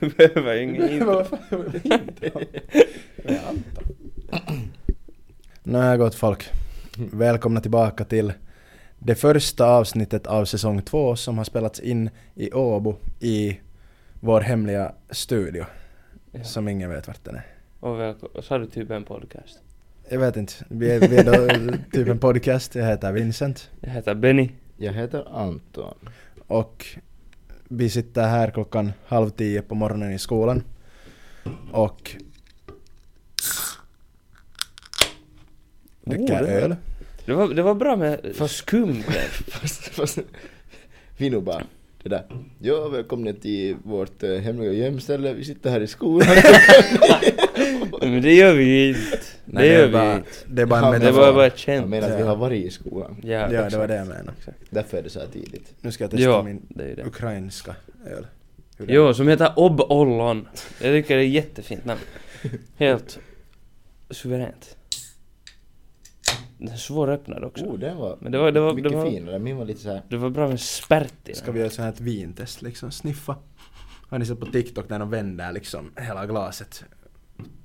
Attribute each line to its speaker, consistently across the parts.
Speaker 1: Du behöver ju ingen
Speaker 2: Men
Speaker 1: intro.
Speaker 2: vad fan, jag vet inte. Jag vet inte.
Speaker 3: Nå här gott folk. Välkomna tillbaka till det första avsnittet av säsong två som har spelats in i Åbo i vår hemliga studio.
Speaker 1: Ja.
Speaker 3: Som ingen vet vart den är.
Speaker 1: Och välkommen. Så har du typ en podcast.
Speaker 3: Jag vet inte. Vi är, vi är då typ en podcast. Jag heter Vincent.
Speaker 1: Jag heter Benny.
Speaker 2: Jag heter Anton.
Speaker 3: Och vi sitter här klockan halv tio på morgonen i skolan. Och
Speaker 1: Oh,
Speaker 3: dricker
Speaker 1: det var-
Speaker 3: öl.
Speaker 1: Det var, det var bra med
Speaker 2: Fast-
Speaker 1: skum där.
Speaker 2: Fast, fast, vi nog bara det där. Ja, välkomna till vårt eh, hemliga gömställe. Vi sitter här i skolan.
Speaker 1: Nej, Men det gör vi ju inte. Det
Speaker 3: Nej,
Speaker 1: gör
Speaker 3: är bara,
Speaker 1: vi inte.
Speaker 3: Det är bara
Speaker 2: Ja,
Speaker 3: en
Speaker 2: men
Speaker 1: Det
Speaker 3: metafor.
Speaker 1: var bara ett
Speaker 2: Jag
Speaker 1: skämt.
Speaker 2: menar att vi har varit i skolan.
Speaker 1: Ja,
Speaker 3: Ja, det var
Speaker 1: exakt.
Speaker 3: det jag menade.
Speaker 1: Exakt.
Speaker 2: Därför är det så här tidigt.
Speaker 3: Nu ska jag testa
Speaker 1: Ja,
Speaker 3: min
Speaker 1: det är ju det.
Speaker 3: ukrainska öl. Hur den-
Speaker 1: Jo, som heter Ob Ollon. Jag tycker det är ett jättefint namn. Helt suveränt. Den är svåröppnad också.
Speaker 2: Oh, den var,
Speaker 1: Men det var- det var-
Speaker 2: mycket
Speaker 1: det var-
Speaker 2: finare. Min var lite så här.
Speaker 1: Det var bra med spärt i
Speaker 3: Ska
Speaker 1: den.
Speaker 3: vi göra ett sånt här ett vintest liksom? Sniffa. Har ni sett på TikTok när de vänder liksom hela glaset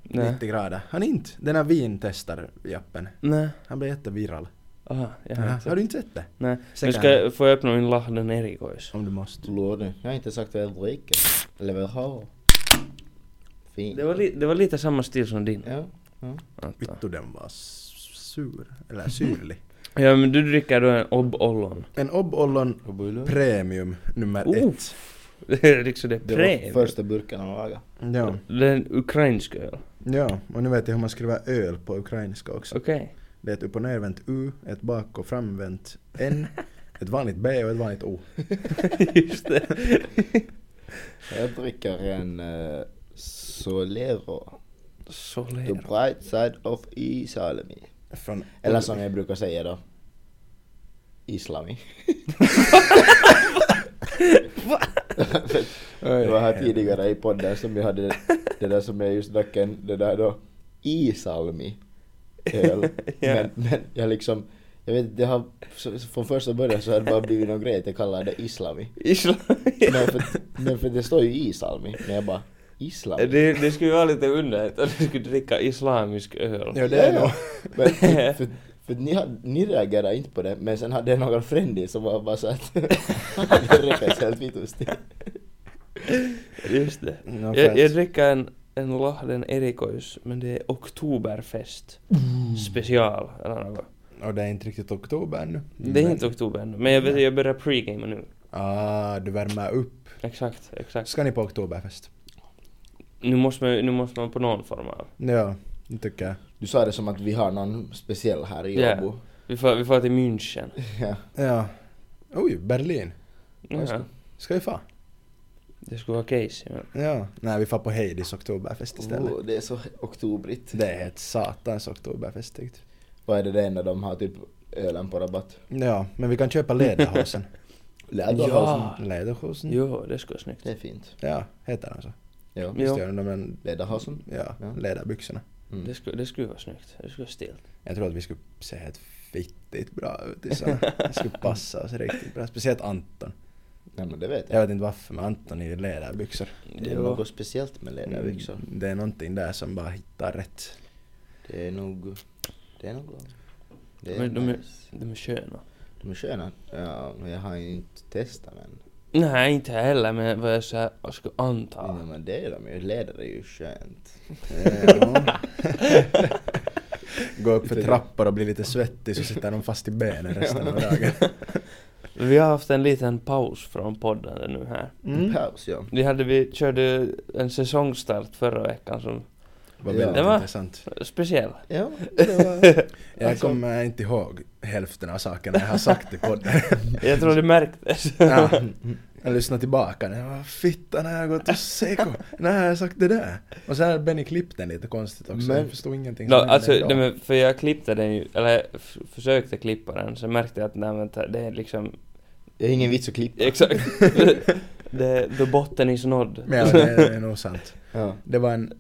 Speaker 1: Nej.
Speaker 3: 90 grader? Har ni inte? Den här vintestar-jappen.
Speaker 1: Nej.
Speaker 3: Han blev jätteviral.
Speaker 1: Aha, jag har
Speaker 3: Ja,
Speaker 1: inte.
Speaker 3: har du inte sett det?
Speaker 1: Nej.
Speaker 3: Sen
Speaker 1: Nu
Speaker 3: kan
Speaker 1: ska
Speaker 3: jag-
Speaker 1: jag, får jag öppna min Lahden Erikois.
Speaker 3: Om du måste.
Speaker 2: Låda. Jag har inte sagt vad jag dricker. Eller vad jag har. Fint.
Speaker 1: Det var, li, det var lite samma stil som din. eh,
Speaker 2: Ja. ja.
Speaker 1: Anton.
Speaker 3: Vittu den var s- sur. Eller syrlig.
Speaker 1: Ja men du dricker då en Ob Ollon.
Speaker 3: En Ob Ollon Premium nummer
Speaker 1: Oh.
Speaker 3: ett.
Speaker 1: Det är liksom det
Speaker 2: Det var
Speaker 1: premium.
Speaker 2: första burken han lagade.
Speaker 3: Ja.
Speaker 1: Den ukrainska öl.
Speaker 3: ja, och nu vet jag hur man skriver öl på ukrainska också.
Speaker 1: Okej.
Speaker 3: Det är ett upp och nervänt U, ett bak och framvänt N, ett vanligt B och ett vanligt O.
Speaker 1: Just det.
Speaker 2: Jag dricker en eh, Solero. The
Speaker 1: Solera.
Speaker 2: bright side of Isalmi.
Speaker 3: Från
Speaker 2: Eller som jag brukar säga då. Islami. Det var här tidigare i podden som vi hade det där som jag just drack en, det där då Isalmi öl.
Speaker 1: Ja.
Speaker 2: men, men jag liksom, jag vet inte, det har, så- så från första början så har det bara blivit någon grej att jag kallar det Islami.
Speaker 1: Islam.
Speaker 2: Men för, men för det står ju Isalmi, men jag bara Islami.
Speaker 1: Det, det skulle ju vara lite underligt om du skulle dricka islamisk öl.
Speaker 3: Ja, det är
Speaker 2: Ja,
Speaker 3: nog.
Speaker 2: Men, för, för, för ni, hade, ni reagerade inte på det, men sen hade jag några frändis som var bara så att det räcker helt vitusti.
Speaker 1: Just det.
Speaker 3: No
Speaker 1: Jag, jag
Speaker 3: offense.
Speaker 1: dricker en, en Lahden Erikois, men det är Oktoberfest
Speaker 2: Mm.
Speaker 1: special eller något.
Speaker 3: Och det är inte riktigt oktober ännu.
Speaker 1: Det
Speaker 2: Mm.
Speaker 1: är inte oktober ännu, men jag, vet, jag börjar pregame nu.
Speaker 3: Ah, du värmer upp.
Speaker 1: Exakt, exakt.
Speaker 3: Ska ni på oktoberfest?
Speaker 1: Nu måste man, nu måste man på någon form av...
Speaker 3: Ja, det tycker jag.
Speaker 2: Du sa det som att vi har någon speciell här i
Speaker 1: Ja.
Speaker 2: Åbo.
Speaker 1: Vi får, vi får till München.
Speaker 2: Ja.
Speaker 3: Ja. Oj, Berlin.
Speaker 1: Ja,
Speaker 3: Ska vi fa?
Speaker 1: det skulle vara case. Men.
Speaker 3: Ja. Nej, vi far på Heidis oktoberfest istället.
Speaker 2: Oh, det är så oktobrigt.
Speaker 3: Det är ett satans oktoberfest tyckte
Speaker 2: Vad är det det enda de har typ ölen på rabatt?
Speaker 3: Ja, men vi kan köpa Lederhosen.
Speaker 2: Läderhosen.
Speaker 1: Ja.
Speaker 3: Lederhosen?
Speaker 1: Jo, det skulle vara snyggt.
Speaker 2: Det är fint.
Speaker 3: Ja, heter den så?
Speaker 2: Ja.
Speaker 1: Ja.
Speaker 3: Visst gör den det, men
Speaker 2: Läderhosen.
Speaker 3: ja,
Speaker 2: Ja.
Speaker 3: läderbyxorna.
Speaker 2: Mm.
Speaker 1: Det skulle, det skulle vara snyggt. Det skulle vara stilt.
Speaker 3: Jag tror att vi skulle se helt fittigt bra ut i såna. Det skulle passa oss riktigt bra. Speciellt Anton.
Speaker 2: Nej men det vet
Speaker 3: Jag
Speaker 2: jag.
Speaker 3: vet inte varför, men Anton i läderbyxor.
Speaker 2: Det är något speciellt med läderbyxor.
Speaker 3: Mm, Det är någonting där som bara hittar rätt.
Speaker 2: Det är nog... Det är nog bra. Det är
Speaker 1: Men de är-
Speaker 2: nice.
Speaker 1: De är sköna.
Speaker 2: De är sköna. Ja, men jag har inte testat men.
Speaker 1: Nej, inte heller, men vad jag så här, jag skulle anta.
Speaker 2: Ja, men det är de ju. Läder är ju skönt. Mm.
Speaker 3: Ja. Gå upp för trappor och bli lite svettig så sitter de fast i benen resten av dagen.
Speaker 1: Vi har haft en liten paus från podden nu här.
Speaker 3: Mm.
Speaker 2: Paus ja.
Speaker 1: Vi, hade, vi körde en säsongstart förra veckan som
Speaker 3: Vad
Speaker 2: Ja.
Speaker 3: väldigt
Speaker 1: Det var-
Speaker 3: intressant.
Speaker 1: speciell.
Speaker 2: Ja, det var...
Speaker 3: Jag
Speaker 2: Alltså-
Speaker 3: kommer inte ihåg hälften av sakerna jag har sagt i podden.
Speaker 1: Jag tror det märktes.
Speaker 3: Ja. Jag lyssnade tillbaka och jag bara fitta när jag har gått och seko, när har jag sagt det där? Och sen hade Benny klippt den lite konstigt också,
Speaker 2: Men-
Speaker 3: jag förstod ingenting
Speaker 1: No,
Speaker 3: som hände
Speaker 1: alltså,
Speaker 3: idag.
Speaker 1: nej, men för jag klippte den ju, eller jag f- försökte klippa den, så märkte jag att nej, vänta, det är liksom,
Speaker 2: Det är ingen vits att klippa.
Speaker 1: exakt, det, the botten is nådd.
Speaker 3: Men ja, det är nog sant.
Speaker 2: Ja.
Speaker 3: Det var en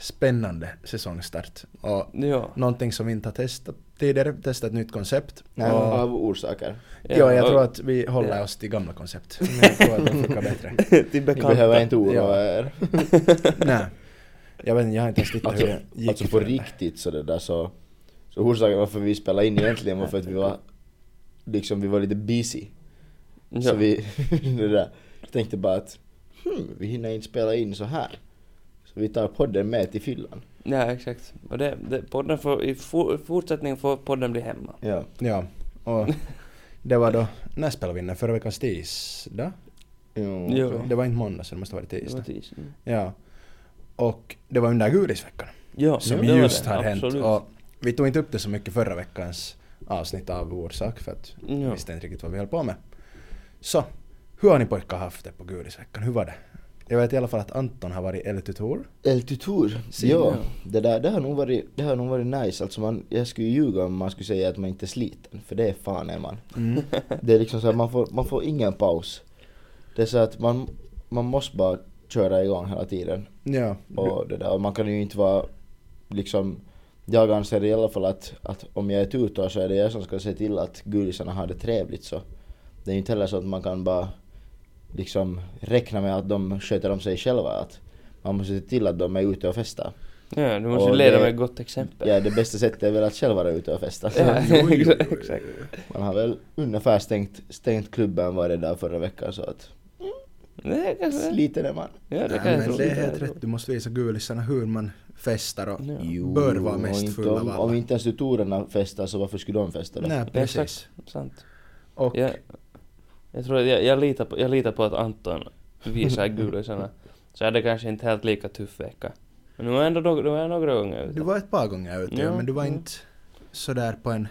Speaker 3: spännande säsongstart och
Speaker 1: Ja,
Speaker 3: någonting som vi inte har testat tidigare testat ett nytt koncept.
Speaker 2: Nej,
Speaker 3: och,
Speaker 2: av orsaker.
Speaker 3: ja, jag
Speaker 1: och-
Speaker 3: tror att vi håller oss till gamla koncept. Men jag tror att de funkar bättre.
Speaker 1: Till
Speaker 2: Ni
Speaker 1: bekanta.
Speaker 2: behöver inte oroa
Speaker 3: Ja.
Speaker 2: er.
Speaker 3: Nej. Jag vet inte, jag har inte ens tittat hur
Speaker 2: Alltså,
Speaker 3: det gick.
Speaker 2: alltså på
Speaker 3: för-
Speaker 2: riktigt så det där så... Så orsaken varför vi spelade in egentligen var för att vi var... Liksom vi var lite busy.
Speaker 1: Ja.
Speaker 2: Så vi... det där. Jag tänkte bara att... Hmm, vi hinner inte spela in så här. Så vi tar podden med till fyllan.
Speaker 1: Ja, exakt. Och det, det, podden får, i for, fortsättningen får podden bli hemma.
Speaker 2: Ja.
Speaker 3: Ja. Och det var då, när spelade vi in den? Förra veckans tisdag?
Speaker 2: Jo.
Speaker 1: Jo.
Speaker 2: så.
Speaker 3: Det var inte måndag så det måste ha varit
Speaker 1: Det var
Speaker 3: tisdag.
Speaker 1: tisdag. Mm.
Speaker 3: Ja. Och det var under Gurisveckan.
Speaker 1: Ja,
Speaker 3: Som
Speaker 1: det var
Speaker 3: just
Speaker 1: det.
Speaker 3: har hänt.
Speaker 1: Absolut.
Speaker 3: Och vi tog inte upp det så mycket förra veckans avsnitt av Orsak för att vi
Speaker 1: Ja.
Speaker 3: visste inte riktigt vad vi höll på med. Så, hur har ni pojkar haft det på Gurisveckan? Hur var det? Jag vet i alla fall att Anton har varit eltutor.
Speaker 2: El Tutor,
Speaker 1: Sin,
Speaker 2: ja.
Speaker 1: ja.
Speaker 2: Det, där, det, har nog varit, det har nog varit nice. Alltså man, jag skulle ljuga om man skulle säga att man inte är sliten, för det är fan är man.
Speaker 3: Mm.
Speaker 2: Det är liksom så här, man får, man får ingen paus. Det är så att man, man måste bara köra igång hela tiden.
Speaker 3: Ja.
Speaker 2: Och det där, och man kan ju inte vara liksom, jag anser i alla fall att, att om jag är tutor så är det jag som ska se till att gurisarna har det trevligt så. Det är ju inte heller så att man kan bara liksom räkna med att de sköter om sig själva. Att man måste se till att de är ute och festar.
Speaker 1: Ja, du måste
Speaker 2: Och
Speaker 1: leda
Speaker 2: det-
Speaker 1: med gott exempel.
Speaker 2: Ja, det bästa sättet är väl att själv vara ute och festa. Så
Speaker 1: Ja,
Speaker 3: Jo, jo, jo,
Speaker 1: exakt,
Speaker 3: jo.
Speaker 1: exakt.
Speaker 2: Man har väl ungefär stängt, stängt klubben varje dag förra veckan så att
Speaker 1: Nej, kanske
Speaker 2: sliten är man.
Speaker 1: Ja, det
Speaker 3: Nej,
Speaker 1: kan jag
Speaker 3: men
Speaker 1: tro.
Speaker 3: det är helt rätt. Du måste visa gulisarna hur man festar och
Speaker 1: Ja.
Speaker 3: bör vara
Speaker 2: och
Speaker 3: mest
Speaker 2: inte
Speaker 3: fulla
Speaker 2: om,
Speaker 3: av alla.
Speaker 2: om inte ens tutorerna festar så varför skulle de festa då?
Speaker 3: Nej, precis.
Speaker 1: Exakt. Sant.
Speaker 3: Och
Speaker 1: Jag, jag tror att jag, jag, litar på, jag litar på att Anton visar gulisarna. Så hade det kanske inte helt lika tuff vecka. Men nu var jag ändå några, nu var jag några gånger ute.
Speaker 3: du var ett par gånger ute, ja,
Speaker 1: Ja,
Speaker 3: men du var
Speaker 1: ja.
Speaker 3: inte sådär på en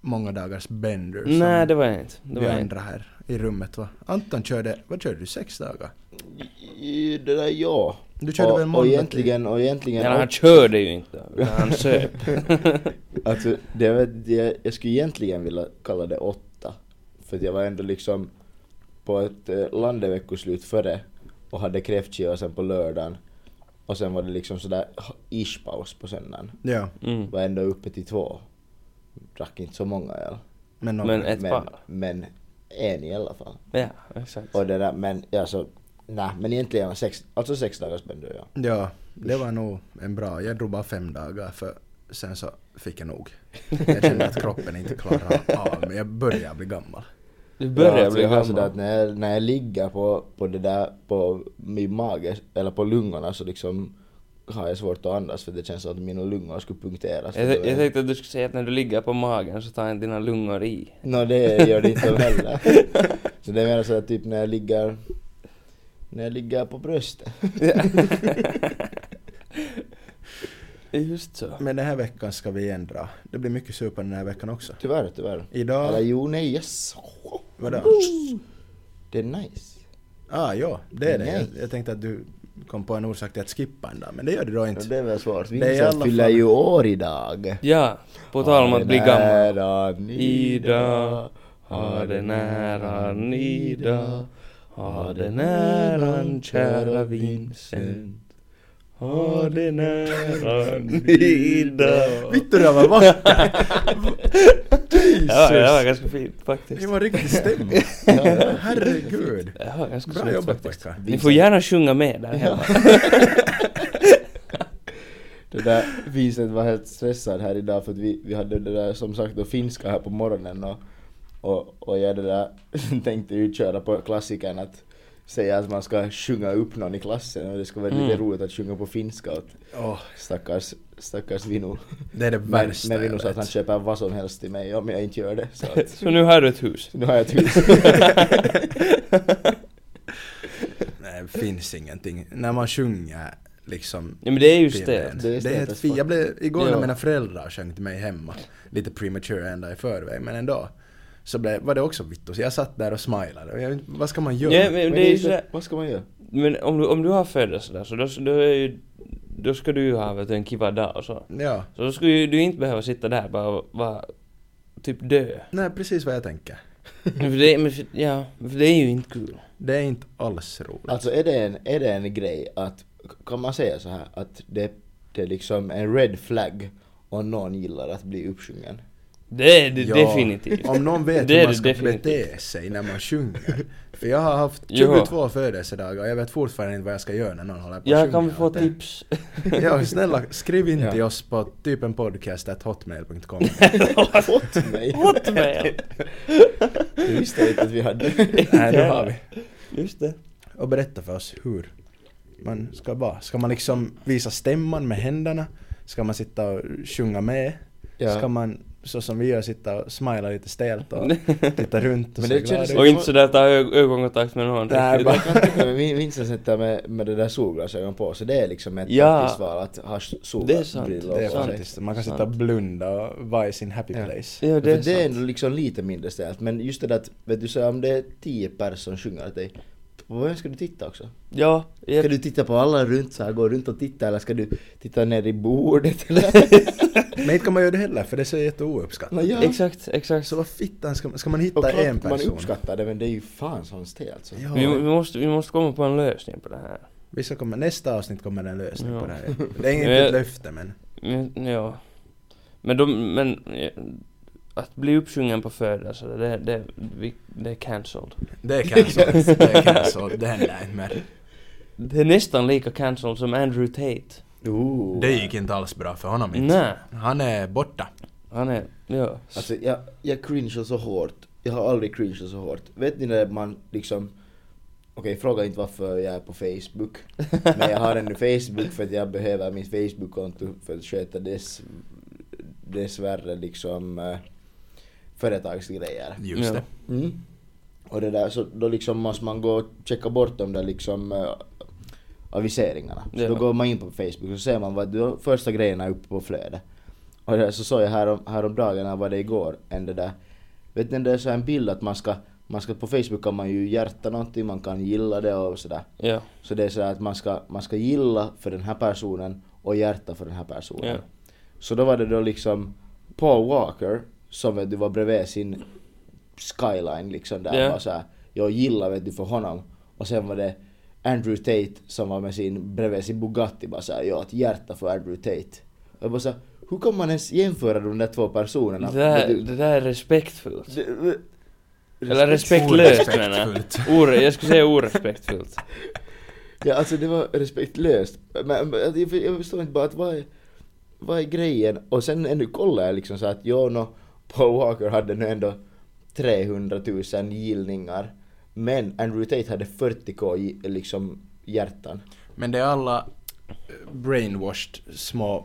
Speaker 3: många dagars bender
Speaker 1: Nej,
Speaker 3: som
Speaker 1: det var jag inte. Det
Speaker 3: vi
Speaker 1: var jag inte.
Speaker 3: andra här i rummet va? Anton körde, vad körde du, sex dagar?
Speaker 2: I- Det där ja.
Speaker 3: Du körde
Speaker 2: och,
Speaker 3: väl typ? måndag
Speaker 2: och
Speaker 3: till-
Speaker 2: egentligen, och egentligen,
Speaker 1: Men han körde ju inte. utan Han söp.
Speaker 2: alltså, det, är väl- det, jag skulle egentligen vilja kalla det åtta. För att jag var ändå liksom på ett eh, landeveckoslut före och hade kräftskiva sen på lördagen. Och sen var det liksom sådär ha- ish-paus på söndagen.
Speaker 3: Ja,
Speaker 1: Mm.
Speaker 2: Var ändå uppe till två. Drack inte så många öl.
Speaker 3: men, någon-
Speaker 1: Men ett
Speaker 2: Men,
Speaker 1: par.
Speaker 2: men en i alla fall.
Speaker 1: Ja, exakt.
Speaker 2: Och det där, men alltså, nej, men egentligen sex, alltså sex dagars bender ja.
Speaker 3: Ja, det var nog en bra, jag drog bara fem dagar för sen så fick jag nog. Jag kände att kroppen inte klarar av mig, jag börjar bli gammal.
Speaker 1: Du
Speaker 2: ja,
Speaker 1: börjar
Speaker 2: alltså
Speaker 1: bli
Speaker 2: jag har sådär att
Speaker 1: gammal.
Speaker 2: när jag, när jag ligger på, på det där, på min mage, eller på lungorna så liksom har jag svårt att andas för det känns som att mina lungor skulle punkteras.
Speaker 1: Jag, jag tänkte att du skulle säga att när du ligger på magen så tar inte dina lungor i.
Speaker 2: Nå det gör det inte de heller. så det är mer sådär typ när jag ligger, när jag ligger på bröstet.
Speaker 1: Ja. Just så.
Speaker 3: Men den här veckan ska vi ändra. Det blir mycket super den här veckan också.
Speaker 2: Tyvärr, tyvärr. Eller
Speaker 3: Idag,
Speaker 2: jo, nej, yes.
Speaker 3: vadå?
Speaker 2: Det är nice.
Speaker 3: Ah, ja, det är det. Jag,
Speaker 2: Nej.
Speaker 3: jag tänkte att du kom på en orsak till att skippa en dag, men det gör du då
Speaker 2: Ja,
Speaker 3: inte.
Speaker 2: det är väl svårt.
Speaker 3: Det är i alla
Speaker 2: Vincent fyller
Speaker 3: fall-
Speaker 2: ju år idag.
Speaker 1: Ja, på tal om att bli gammal.
Speaker 2: gammal.
Speaker 1: Ida, ha det nära Nida, ha det nära kära Vincent. Ha det nära Nida.
Speaker 3: Vittu, det var vackert!
Speaker 1: Ja, det var
Speaker 3: Jesus!
Speaker 1: ganska fint
Speaker 3: Det
Speaker 1: faktiskt.
Speaker 3: var riktigt stämmigt. Herregud.
Speaker 1: Det var ganska
Speaker 3: Bra
Speaker 1: snyggt
Speaker 3: jobbat
Speaker 1: faktiskt.
Speaker 3: pojkar.
Speaker 1: Ni får gärna sjunga med där hemma.
Speaker 2: Det där Vincent var helt stressad här idag för att vi, vi hade det där som sagt då finska här på morgonen och, och, och jag det där tänkte ju köra på klassikern att säga att man ska sjunga upp någon i klassen och det ska vara lite
Speaker 1: Mm.
Speaker 2: roligt att sjunga på finska åt
Speaker 3: Åh,
Speaker 2: stackars, stackars Vinu.
Speaker 3: det är det
Speaker 2: Men,
Speaker 3: värsta
Speaker 2: men Vinu sa
Speaker 3: jag
Speaker 2: att han
Speaker 3: vet.
Speaker 2: köper vad som helst till mig om jag inte gör det. Så att,
Speaker 1: Så nu har du ett hus.
Speaker 2: nu har jag ett hus.
Speaker 3: Nej, det finns ingenting. När man sjunger liksom
Speaker 1: Ja men det är ju
Speaker 3: till en.
Speaker 1: stelt.
Speaker 2: Det är
Speaker 3: Det är helt
Speaker 2: stelt
Speaker 3: fint. Jag blev, igår när
Speaker 1: Ja.
Speaker 3: mina föräldrar sjöng till mig hemma, lite premature ända i förväg, men ändå. Så blev, var det också vittu. Så jag satt där och smilade. Och jag, vet inte, vad ska man göra?
Speaker 1: Ja, men
Speaker 2: Men
Speaker 1: det är ju sådär.
Speaker 2: Vad ska man göra?
Speaker 1: Men om du, om du har födelsedag så då, då, är ju, då ska du ju ha vet du, en kiva dag och så.
Speaker 3: Ja.
Speaker 1: Så då skulle ju du inte behöva sitta där bara och vara typ dö.
Speaker 3: Nej, precis vad jag tänker.
Speaker 1: Men för det, men för, ja, men för det är ju inte kul.
Speaker 3: Det är inte alls roligt.
Speaker 2: Alltså är det, en, är det en grej att, kan man säga så här att det, det är liksom en red flag om någon gillar att bli uppsjungen?
Speaker 1: Det är det
Speaker 3: Ja,
Speaker 1: definitivt.
Speaker 3: Om någon vet
Speaker 1: Det
Speaker 3: hur
Speaker 1: är
Speaker 3: man
Speaker 1: det
Speaker 3: ska
Speaker 1: definitivt.
Speaker 3: bete sig när man sjunger. För jag har haft
Speaker 1: Jo.
Speaker 3: 22 födelsedagar och jag vet fortfarande inte vad jag ska göra när någon håller på
Speaker 1: Ja,
Speaker 3: och
Speaker 1: kan vi
Speaker 3: sjunger
Speaker 1: få
Speaker 3: åt en.
Speaker 1: tips?
Speaker 3: Ja, snälla skriv in till
Speaker 2: Ja.
Speaker 3: oss på typ en podcast at hotmail.com.
Speaker 2: Fått mig?
Speaker 1: Hotmail!
Speaker 2: Du visste inte att vi hade.
Speaker 3: Nej, det har vi.
Speaker 1: Just det.
Speaker 3: Och berätta för oss hur man ska vara. Ska man liksom visa stämman med händerna? Ska man sitta och sjunga med? Ska man, så som vi gör, sitta och smila lite stelt och titta runt och
Speaker 2: Men
Speaker 3: se
Speaker 2: det
Speaker 3: glad
Speaker 2: känns-
Speaker 3: ut?
Speaker 1: Och inte sådär ta ö- ögonkontakt med någon
Speaker 3: Nej,
Speaker 1: riktigt.
Speaker 3: bara-
Speaker 2: Men Vin- Vincent sitter med, med det där solglasögonen på så det är liksom ett
Speaker 1: Ja.
Speaker 2: taktiskt val att ha
Speaker 1: sant.
Speaker 3: Det är
Speaker 2: solglasbrillor på sig.
Speaker 3: faktiskt, man kan sitta och
Speaker 1: Sant.
Speaker 3: blunda och vara i sin happy
Speaker 2: Ja.
Speaker 3: place.
Speaker 1: Ja,
Speaker 2: För
Speaker 1: det är
Speaker 2: det är
Speaker 1: sant.
Speaker 2: ändå liksom lite mindre stelt men just det där att, vet du så om det är tio personer som sjunger åt dig, på vem ska du titta också?
Speaker 1: Ja,
Speaker 2: Ska
Speaker 1: jag,
Speaker 2: du titta på alla runt så här, gå runt och titta eller ska du titta ner i bordet eller?
Speaker 3: Men inte kan man göra det heller för det är så jätteouppskattat.
Speaker 2: Nå, ja.
Speaker 1: exakt, exakt.
Speaker 3: Så vad fittan ska, ska man
Speaker 2: Och
Speaker 3: hitta en
Speaker 2: klart man
Speaker 3: person?
Speaker 2: uppskattar det men det är ju fan alltså. sån stelt så.
Speaker 1: Vi, vi,
Speaker 3: Ja,
Speaker 1: måste, vi måste komma på en lösning på det här.
Speaker 3: vi ska komma, nästa avsnitt kommer en lösning
Speaker 1: Ja.
Speaker 3: på det här. Det är inget
Speaker 1: Men-
Speaker 3: ett löfte men.
Speaker 1: Men, ja. Men de, men... eh, Att bli uppsjungen på födelse, det, det, vi, det är cancelled.
Speaker 3: Det är cancelled. Det är cancelled. Det händer inte mer.
Speaker 1: Det är nästan lika cancelled som Andrew Tate.
Speaker 2: Ooh.
Speaker 3: Det gick inte alls bra för honom inte.
Speaker 1: Nej,
Speaker 3: Han är borta.
Speaker 1: han är... Ja.
Speaker 2: Alltså jag, jag cringear så hårt. Jag har aldrig cringeat så hårt. Vet ni när man liksom... Okej, fråga inte varför jag är på Facebook. Men jag har ändå Facebook för att jag behöver mitt Facebook-konto för att sköta dess... Dessvärre liksom... eh, företagsgrejer.
Speaker 3: Just
Speaker 1: Ja.
Speaker 3: det.
Speaker 2: Mm. Och det där, så då liksom måste man gå och checka bort de där liksom eh, aviseringarna. Så då
Speaker 1: Ja.
Speaker 2: går man in på Facebook och så ser man vad de första grejerna är uppe på flödet. Och det där, så såg jag härom, häromdagen, när var det igår, en det där. Vet ni, det är så här en bild att man ska, man ska, på Facebook kan man ju hjärta någonting, man kan gilla det och sådär.
Speaker 1: Ja.
Speaker 2: Så det är så här att man ska, man ska gilla för den här personen och hjärta för den här personen.
Speaker 1: Ja.
Speaker 2: Så då var det då liksom Paul Walker som vet du var bredvid sin skyline liksom där
Speaker 1: Ja.
Speaker 2: var så här, jag gillar vet du för honom. Och sen var det Andrew Tate som var med sin, bredvid sin Bugatti bara såhär, jag har ett hjärta för Andrew Tate. Och jag bara så här, hur kan man ens jämföra de där två personerna?
Speaker 1: Det, där,
Speaker 2: Vet du,
Speaker 1: det där är respektfullt.
Speaker 2: alltså, det-
Speaker 1: Eller respektlöst menar jag. Ore- Jag skulle säga orespektfullt.
Speaker 2: Ja, alltså det var respektlöst. Men, men jag, jag förstår inte bara att vad är, vad är grejen? Och sen ännu kollar jag liksom så att ja, nå, Paul Walker hade nu ändå 300 000 gillningar. Men Andrew Tate hade 40k i- liksom hjärtan.
Speaker 1: Mm.
Speaker 3: Men det är alla eh, brainwashed små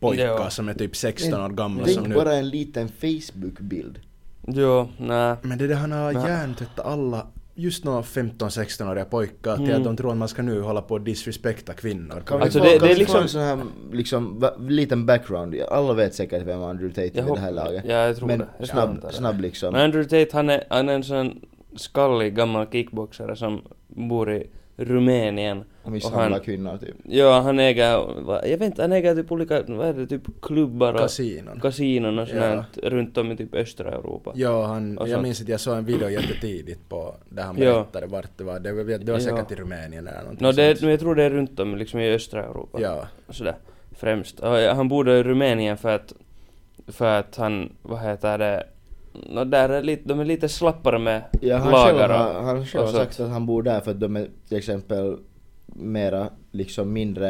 Speaker 3: pojkar
Speaker 1: Ja.
Speaker 3: som är typ 16 år gamla
Speaker 1: Alltså,
Speaker 2: Tänk
Speaker 3: som nu...
Speaker 2: bara en liten Facebook-bild.
Speaker 1: Jo, nej.
Speaker 2: Mm.
Speaker 3: Men det är det han har
Speaker 1: Nej.
Speaker 3: hjärntvättat alla just några 15-16-åriga pojkar till att
Speaker 1: Mm.
Speaker 3: de tror att man ska nu hålla på och disrespekta kvinnor.
Speaker 2: Kan
Speaker 1: Alltså,
Speaker 2: vi få,
Speaker 1: det-
Speaker 2: kan
Speaker 1: det är
Speaker 2: vi få
Speaker 1: liksom-
Speaker 2: en sån här liksom, va, liten background? Alla vet säkert vem Andrew Tate
Speaker 1: Jag
Speaker 2: är vid det här
Speaker 1: hopp-
Speaker 2: laget.
Speaker 1: Ja, jag tror
Speaker 2: Men
Speaker 1: det. Jag antar
Speaker 2: snabb,
Speaker 1: det.
Speaker 2: snabb liksom.
Speaker 1: Men Andrew Tate, han är, han är en sån skallig gammal kickboxare som bor i Rumänien.
Speaker 2: Och
Speaker 1: och
Speaker 2: misshandlar
Speaker 1: han-
Speaker 2: kvinnor typ.
Speaker 1: Ja, han äger, va- jag vet inte, han äger typ olika, vad är det, typ klubbar och
Speaker 3: Kasinon.
Speaker 1: kasinon och sånt
Speaker 3: Ja.
Speaker 1: här runt om i typ östra Europa.
Speaker 3: Ja, han,
Speaker 1: Och
Speaker 3: jag
Speaker 1: sånt.
Speaker 3: minns att jag såg en video jättetidigt på där han
Speaker 1: Ja.
Speaker 3: berättade vart det var. Det var, det var
Speaker 1: Ja.
Speaker 3: säkert i Rumänien eller någonting
Speaker 1: Nå, det,
Speaker 3: sånt.
Speaker 1: men jag tror det är runt om liksom i östra Europa.
Speaker 3: Ja,
Speaker 1: Och sådär, främst. Och han bodde i Rumänien för att, för att han, vad heter det, nå där är lite, de är lite slappare med
Speaker 2: Ja, han själv,
Speaker 1: lagar
Speaker 2: har,
Speaker 1: och-
Speaker 2: han själv
Speaker 1: och
Speaker 2: har
Speaker 1: sånt.
Speaker 2: sagt att han bor där för att de är till exempel mera, liksom mindre,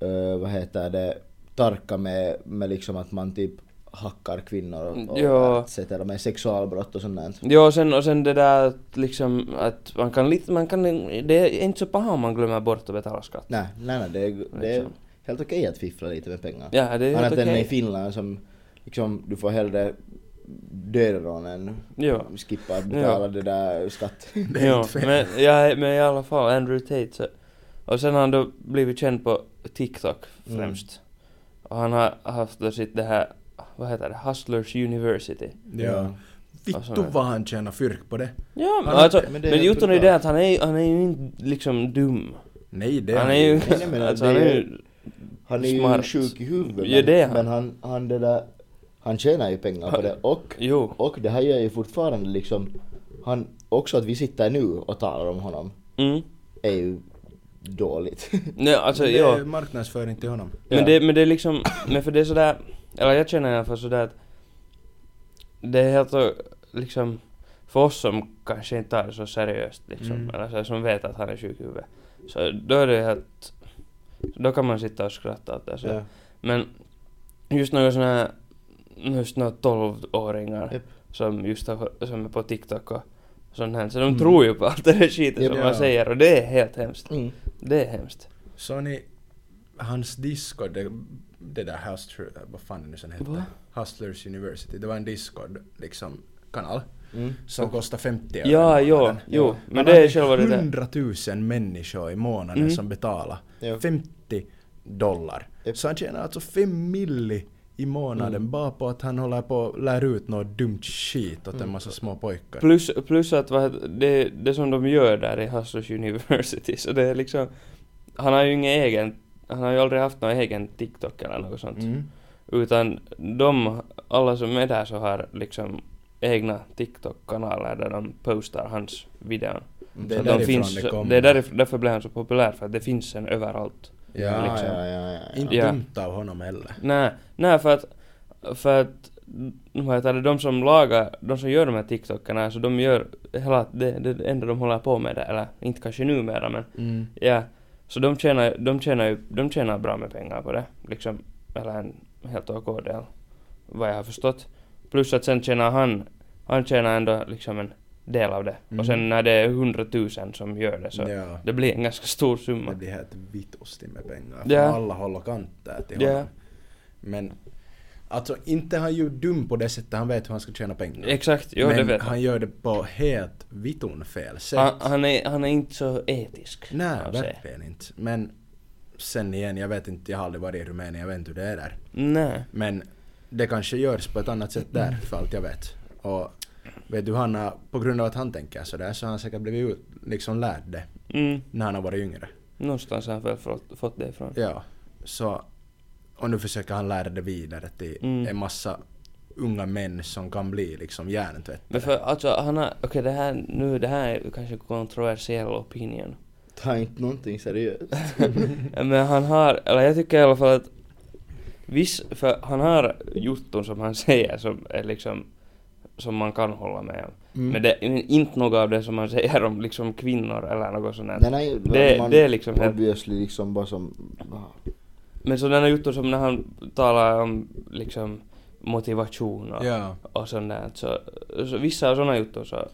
Speaker 2: eh, vad heter det, tarka med, med liksom att man typ hackar kvinnor och, och
Speaker 1: Ja.
Speaker 2: etc. med sexualbrott och sånt där.
Speaker 1: Ja, och sen, och sen det där att liksom att man kan lite, man kan, det är inte så paha om man glömmer bort att betala skatt.
Speaker 2: Nej, nej, nej, det, är- det är
Speaker 1: Liksom.
Speaker 2: helt okej att fiffla lite med pengar.
Speaker 1: Ja, det är
Speaker 2: Annat
Speaker 1: helt
Speaker 2: än
Speaker 1: okej.
Speaker 2: i Finland som liksom, du får hellre döda någon än
Speaker 1: Ja.
Speaker 2: skippa att betala det där skatt.
Speaker 3: det är
Speaker 1: Ja,
Speaker 3: inte fel.
Speaker 1: men, ja, men i alla fall, Andrew Tate så. Och sen har han då blivit känd på TikTok främst. Och han har haft då sitt det här, vad heter det, Hustlers University.
Speaker 3: ja. Vittu
Speaker 1: Alltså,
Speaker 3: vad han tjänar fyrk på det.
Speaker 1: Ja, men
Speaker 3: har-
Speaker 1: alltså,
Speaker 2: men
Speaker 1: men,
Speaker 2: det är
Speaker 1: just nu
Speaker 2: bra.
Speaker 1: är det att han är, han är ju inte liksom dum.
Speaker 3: Nej, det
Speaker 1: han är ju,
Speaker 2: Nej, nej, men
Speaker 1: alltså,
Speaker 2: det
Speaker 1: han är
Speaker 2: är-
Speaker 1: ju,
Speaker 2: Han är ju
Speaker 1: Smart.
Speaker 2: sjuk i huvudet.
Speaker 1: Ja, det är
Speaker 2: Men
Speaker 1: han.
Speaker 2: han, han, det där, han tjänar ju pengar på det. Och,
Speaker 1: jo.
Speaker 2: och det här gör ju fortfarande liksom... Han, också att vi sitter nu och talar om honom
Speaker 1: Mm.
Speaker 2: är ju dåligt.
Speaker 1: Nej, alltså,
Speaker 3: det
Speaker 1: ja.
Speaker 3: är marknadsföring till honom.
Speaker 1: Men,
Speaker 2: Ja.
Speaker 1: det, men det är liksom, men för det är sådär, eller jag känner i alla fall sådär att det är helt o- liksom för oss som kanske inte tar det så seriöst liksom,
Speaker 3: Mm.
Speaker 1: eller så här, som vet att han är sjuk i huvudet. Så då är det helt, då kan man sitta och skratta åt det. Så.
Speaker 2: Ja.
Speaker 1: Men just några såna här, just några 12-åringar
Speaker 2: Japp.
Speaker 1: som just har, som är på TikTok och sånt här, så de
Speaker 3: Mm.
Speaker 1: tror ju på allt det där skiten
Speaker 2: Japp.
Speaker 1: som
Speaker 3: Ja.
Speaker 1: man säger och det är helt hemskt.
Speaker 2: Mm.
Speaker 1: Det är hemskt.
Speaker 3: Så ni, hans discord, det, det där Hustler, vad fan det nu sen hette?
Speaker 1: Va?
Speaker 3: Hustlers University, det var en discord liksom kanal
Speaker 2: Mm.
Speaker 3: som kostade 50 euro i
Speaker 1: Ja, jo,
Speaker 3: månaden.
Speaker 1: jo, men
Speaker 3: Han
Speaker 1: det är
Speaker 3: hade
Speaker 1: själva det där.
Speaker 3: 100 000 människor i månaden
Speaker 1: Mm.
Speaker 3: som betalar
Speaker 2: Ja.
Speaker 3: 50 dollar.
Speaker 2: Japp.
Speaker 3: Så han tjänar alltså 5 milli i månaden
Speaker 2: Mm.
Speaker 3: bara på att han håller på och lär ut något dumt skit åt en
Speaker 2: Mm.
Speaker 3: massa små pojkar.
Speaker 1: Plus, plus att vad, heter- det, det som de gör där i Hassos University, så det är liksom... Han har ju ingen egen... Han har ju aldrig haft någon egen TikTok eller något sånt.
Speaker 3: Mm.
Speaker 1: Utan de, alla som är där så har liksom egna TikTok-kanaler där de postar hans videon.
Speaker 3: Det
Speaker 1: så
Speaker 3: är
Speaker 1: att de
Speaker 3: därifrån
Speaker 1: finns,
Speaker 3: det kommer.
Speaker 1: Det är därif- därför blev han så populär, för att det finns sen överallt.
Speaker 2: Ja,
Speaker 3: Ja,
Speaker 1: liksom.
Speaker 2: ja, ja, ja, ja.
Speaker 3: inte
Speaker 1: Ja.
Speaker 3: dumt av honom heller.
Speaker 1: Nej, nej för att, för att vad heter det, de som lagar, de som gör de här TikTokarna, alltså de gör hela, det, det är det enda de håller på med det, eller inte kanske numera men
Speaker 3: Mm.
Speaker 1: ja, så de tjänar, de tjänar ju, de tjänar bra med pengar på det, liksom, eller en helt okej del, vad jag har förstått. Plus att sen tjänar han, han tjänar ändå liksom en del av det.
Speaker 3: Mm.
Speaker 1: Och sen när det är hundratusen som gör det så
Speaker 3: Ja.
Speaker 1: det blir en ganska stor summa.
Speaker 3: Det blir helt vitostig med pengar
Speaker 1: Ja.
Speaker 3: från alla håll och kanter till
Speaker 1: Ja.
Speaker 3: honom. Men alltså inte han ju dum på det sättet, han vet hur han ska tjäna pengar.
Speaker 1: Exakt, jo
Speaker 3: Men
Speaker 1: det vet
Speaker 3: han gör det på helt vitton fel sätt.
Speaker 1: Han, han, är, han är inte så etisk.
Speaker 3: Nej,
Speaker 1: kan man säga.
Speaker 3: verkligen inte. Men sen igen, jag vet inte, jag har aldrig varit i Rumänien, jag vet inte hur det är där.
Speaker 1: Nej.
Speaker 3: Men det kanske görs på ett annat sätt där, för allt jag vet. Och vet du, han har, på grund av att han tänker sådär så har han säkert blivit ut, liksom lärd det
Speaker 1: Mm.
Speaker 3: när han har varit yngre.
Speaker 1: Någonstans har han väl fått, fått det ifrån.
Speaker 3: Ja, så... Och nu försöker han lära det vidare till
Speaker 1: Mm.
Speaker 3: en massa unga män som kan bli liksom hjärntvätt.
Speaker 1: Men för alltså, han har, okej det här nu, det här är kanske kontroversiell opinion.
Speaker 2: Ta inte någonting seriöst.
Speaker 1: Men han har, eller jag tycker i alla fall att viss, för han har jotton som han säger som är liksom, som man kan hålla med om.
Speaker 3: Mm.
Speaker 1: Men det men inte något av det som man säger om liksom kvinnor eller något sånt
Speaker 2: Nej,
Speaker 1: där.
Speaker 2: nej,
Speaker 1: Det-
Speaker 2: man-
Speaker 1: det är liksom helt-
Speaker 2: Obviously liksom bara som...
Speaker 1: Men sådana jotton som när han talar om liksom motivation och,
Speaker 3: Ja.
Speaker 1: och sånt där, så, så vissa av sådana jotton så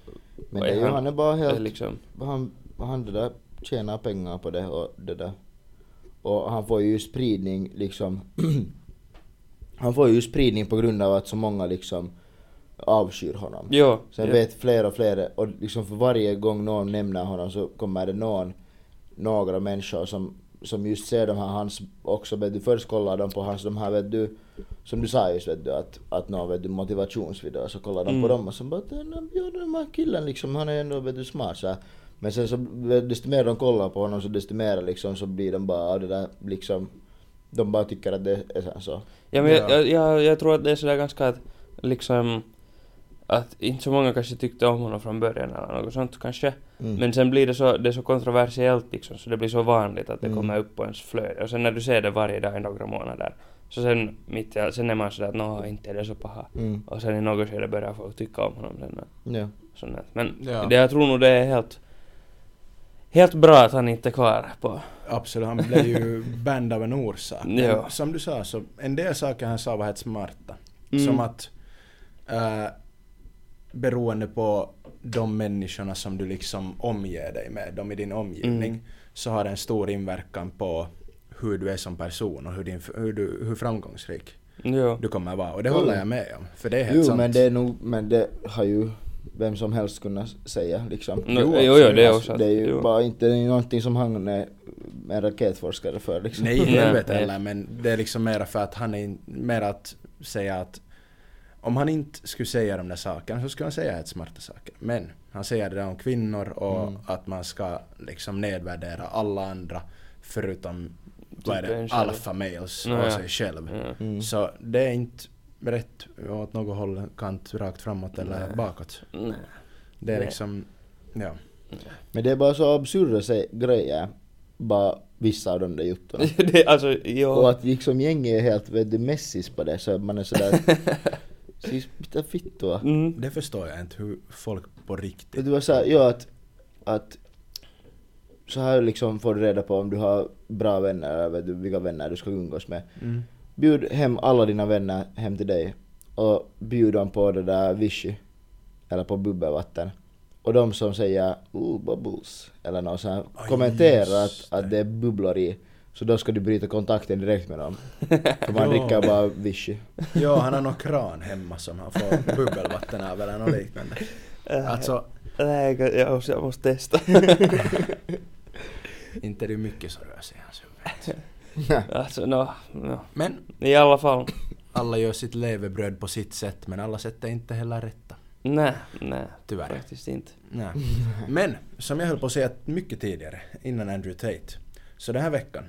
Speaker 2: Men
Speaker 1: Vad
Speaker 2: det
Speaker 1: är
Speaker 2: är ju,
Speaker 1: han?
Speaker 2: han är bara
Speaker 1: är
Speaker 2: helt...
Speaker 1: liksom,
Speaker 2: Han, han det där tjänar pengar på det och det där. Och han får ju spridning liksom... han får ju spridning på grund av att så många liksom avskyr honom.
Speaker 1: jo.
Speaker 2: Sen
Speaker 1: jo.
Speaker 2: vet fler och fler och liksom för varje gång någon nämner honom så kommer det någon, några människor som, som just ser de här hans också vet du, först kollar de på hans de här vet du, som du sa just vet du att, att någon vet du motivationsvideor så kollar de på
Speaker 1: Mm.
Speaker 2: dem och så bara "Den här- ja, den här killen liksom han är ändå vet du smart så här. Men sen så vet- desto mer de kollar på honom så desto mer liksom så blir de bara "Ah, det där liksom de bara tycker att det är så här så.
Speaker 1: Ja, men
Speaker 3: Ja.
Speaker 1: Jag, jag, jag, jag tror att det är sådär ganska att liksom att inte så många kanske tyckte om honom från början eller något sånt kanske.
Speaker 2: Mm.
Speaker 1: Men sen blir det så, det är så kontroversiellt liksom så det blir så vanligt att det
Speaker 2: Mm.
Speaker 1: kommer upp på ens flöde. Och sen när du ser det varje dag i några månader så sen, mitt, i- sen är man sådär att nå inte är det så paha.
Speaker 2: Mm.
Speaker 1: Och sen i något skede börjar folk tycka om honom sen och
Speaker 2: Ja.
Speaker 1: sånt där. Men
Speaker 3: Ja.
Speaker 1: det, jag tror nog det är helt Helt bra att han inte är kvar på...
Speaker 3: Absolut, han blev ju band av en orsak. Men
Speaker 1: Ja.
Speaker 3: Som du sa, så en del saker han sa var helt smarta.
Speaker 1: Mm.
Speaker 3: Som att äh, beroende på de människorna som du liksom omger dig med, de i din omgivning,
Speaker 1: Mm.
Speaker 3: så har det en stor inverkan på hur du är som person och hur, din, hur, du, hur framgångsrik
Speaker 1: Jo.
Speaker 3: du kommer vara. Och det
Speaker 2: Mm.
Speaker 3: håller jag med om, för det är helt
Speaker 2: Jo
Speaker 3: sant.
Speaker 2: men det är nog, men det har ju vem som helst kunnat säga liksom.
Speaker 1: No,
Speaker 3: Jo,
Speaker 1: jo, jo, det är
Speaker 2: Alltså,
Speaker 1: också...
Speaker 2: det är ju
Speaker 1: jo.
Speaker 2: bara inte det är ju någonting som han är en raketforskare för liksom.
Speaker 3: Nej,
Speaker 1: Nej,
Speaker 3: helvete
Speaker 1: nej.
Speaker 3: heller, men det är liksom mera för att han är in- mer att säga att om han inte skulle säga de där sakerna så skulle han säga helt smarta saker. Men han säger det där om kvinnor och
Speaker 2: Mm.
Speaker 3: att man ska liksom nedvärdera alla andra förutom vad är
Speaker 1: Typ
Speaker 3: det,
Speaker 1: en själv.
Speaker 3: alfa males
Speaker 1: Nå,
Speaker 3: och
Speaker 1: ja.
Speaker 3: sig själv.
Speaker 1: Ja.
Speaker 2: Mm.
Speaker 3: Så det är inte rätt åt något håll, kant rakt framåt eller
Speaker 1: Nej.
Speaker 3: bakåt.
Speaker 1: Nej.
Speaker 3: Det är
Speaker 1: Nej.
Speaker 3: liksom, ja.
Speaker 2: Men det är bara så absurda se- grejer, bara vissa av de där juttorna.
Speaker 1: det, alltså, jo.
Speaker 2: Och att liksom gänget är helt vet du messis på det så man är sådär Siis mitä vittua?
Speaker 1: Mm.
Speaker 3: Det förstår jag inte hur folk på
Speaker 2: Och
Speaker 3: riktigt...
Speaker 2: Det var så här, ja att, att så här liksom får du reda på om du har bra vänner eller vet du, vilka vänner du ska umgås med.
Speaker 3: Mm.
Speaker 2: Bjud hem alla dina vänner hem till dig och bjud dem på det där vichy eller på bubbelvatten. Och de som säger ooh bubbles eller något så här,
Speaker 3: Aj,
Speaker 2: kommenterar att,
Speaker 3: just
Speaker 2: att det är bubblor i. Så då ska du bryta kontakten direkt med dem. För man
Speaker 3: Ja.
Speaker 2: dricker bara vichy.
Speaker 3: Ja, han har någon kran hemma som han får bubbelvatten av eller något liknande.
Speaker 1: Äh,
Speaker 3: Alltså,
Speaker 1: Nej, jag- jag, jag måste testa.
Speaker 3: inte det är mycket som rör sig i hans huvud.
Speaker 1: alltså, no, no.
Speaker 3: Men
Speaker 1: I alla fall.
Speaker 3: alla gör sitt levebröd på sitt sätt, men alla sätt är inte heller rätta.
Speaker 1: Nej, nej.
Speaker 3: Tyvärr.
Speaker 1: Faktiskt inte.
Speaker 3: Nej. Men, som jag höll på att säga mycket tidigare, innan Andrew Tate, så den här veckan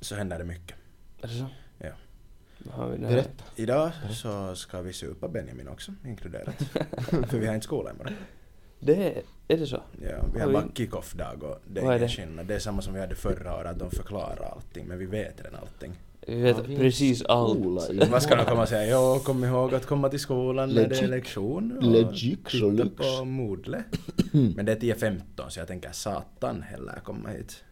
Speaker 3: så händer det mycket.
Speaker 1: Är det så?
Speaker 3: Ja.
Speaker 1: Då har vi det. här.
Speaker 2: Berätta.
Speaker 3: Idag så ska vi supa Benjamin också, inkluderat. För vi har inte skola imorgon.
Speaker 1: Det, är det så?
Speaker 3: Ja, vi
Speaker 1: Oj.
Speaker 3: har bara kick-off-dag och det
Speaker 1: Vad
Speaker 3: är
Speaker 1: är
Speaker 3: ingen
Speaker 1: det?
Speaker 3: skillnad. Det är samma som vi hade förra året, att de förklarar allting, men vi vet redan allting.
Speaker 1: Vi vet
Speaker 2: Har vi
Speaker 1: precis
Speaker 2: skola
Speaker 1: allt.
Speaker 2: i-
Speaker 3: Vad ska de komma och säga? Ja, kom ihåg att komma till skolan när det är
Speaker 2: Legit.
Speaker 3: lektion. och
Speaker 2: Legit så
Speaker 3: titta
Speaker 2: lux.
Speaker 3: på Moodle. Men det är 10.15 så jag tänker satan heller komma hit.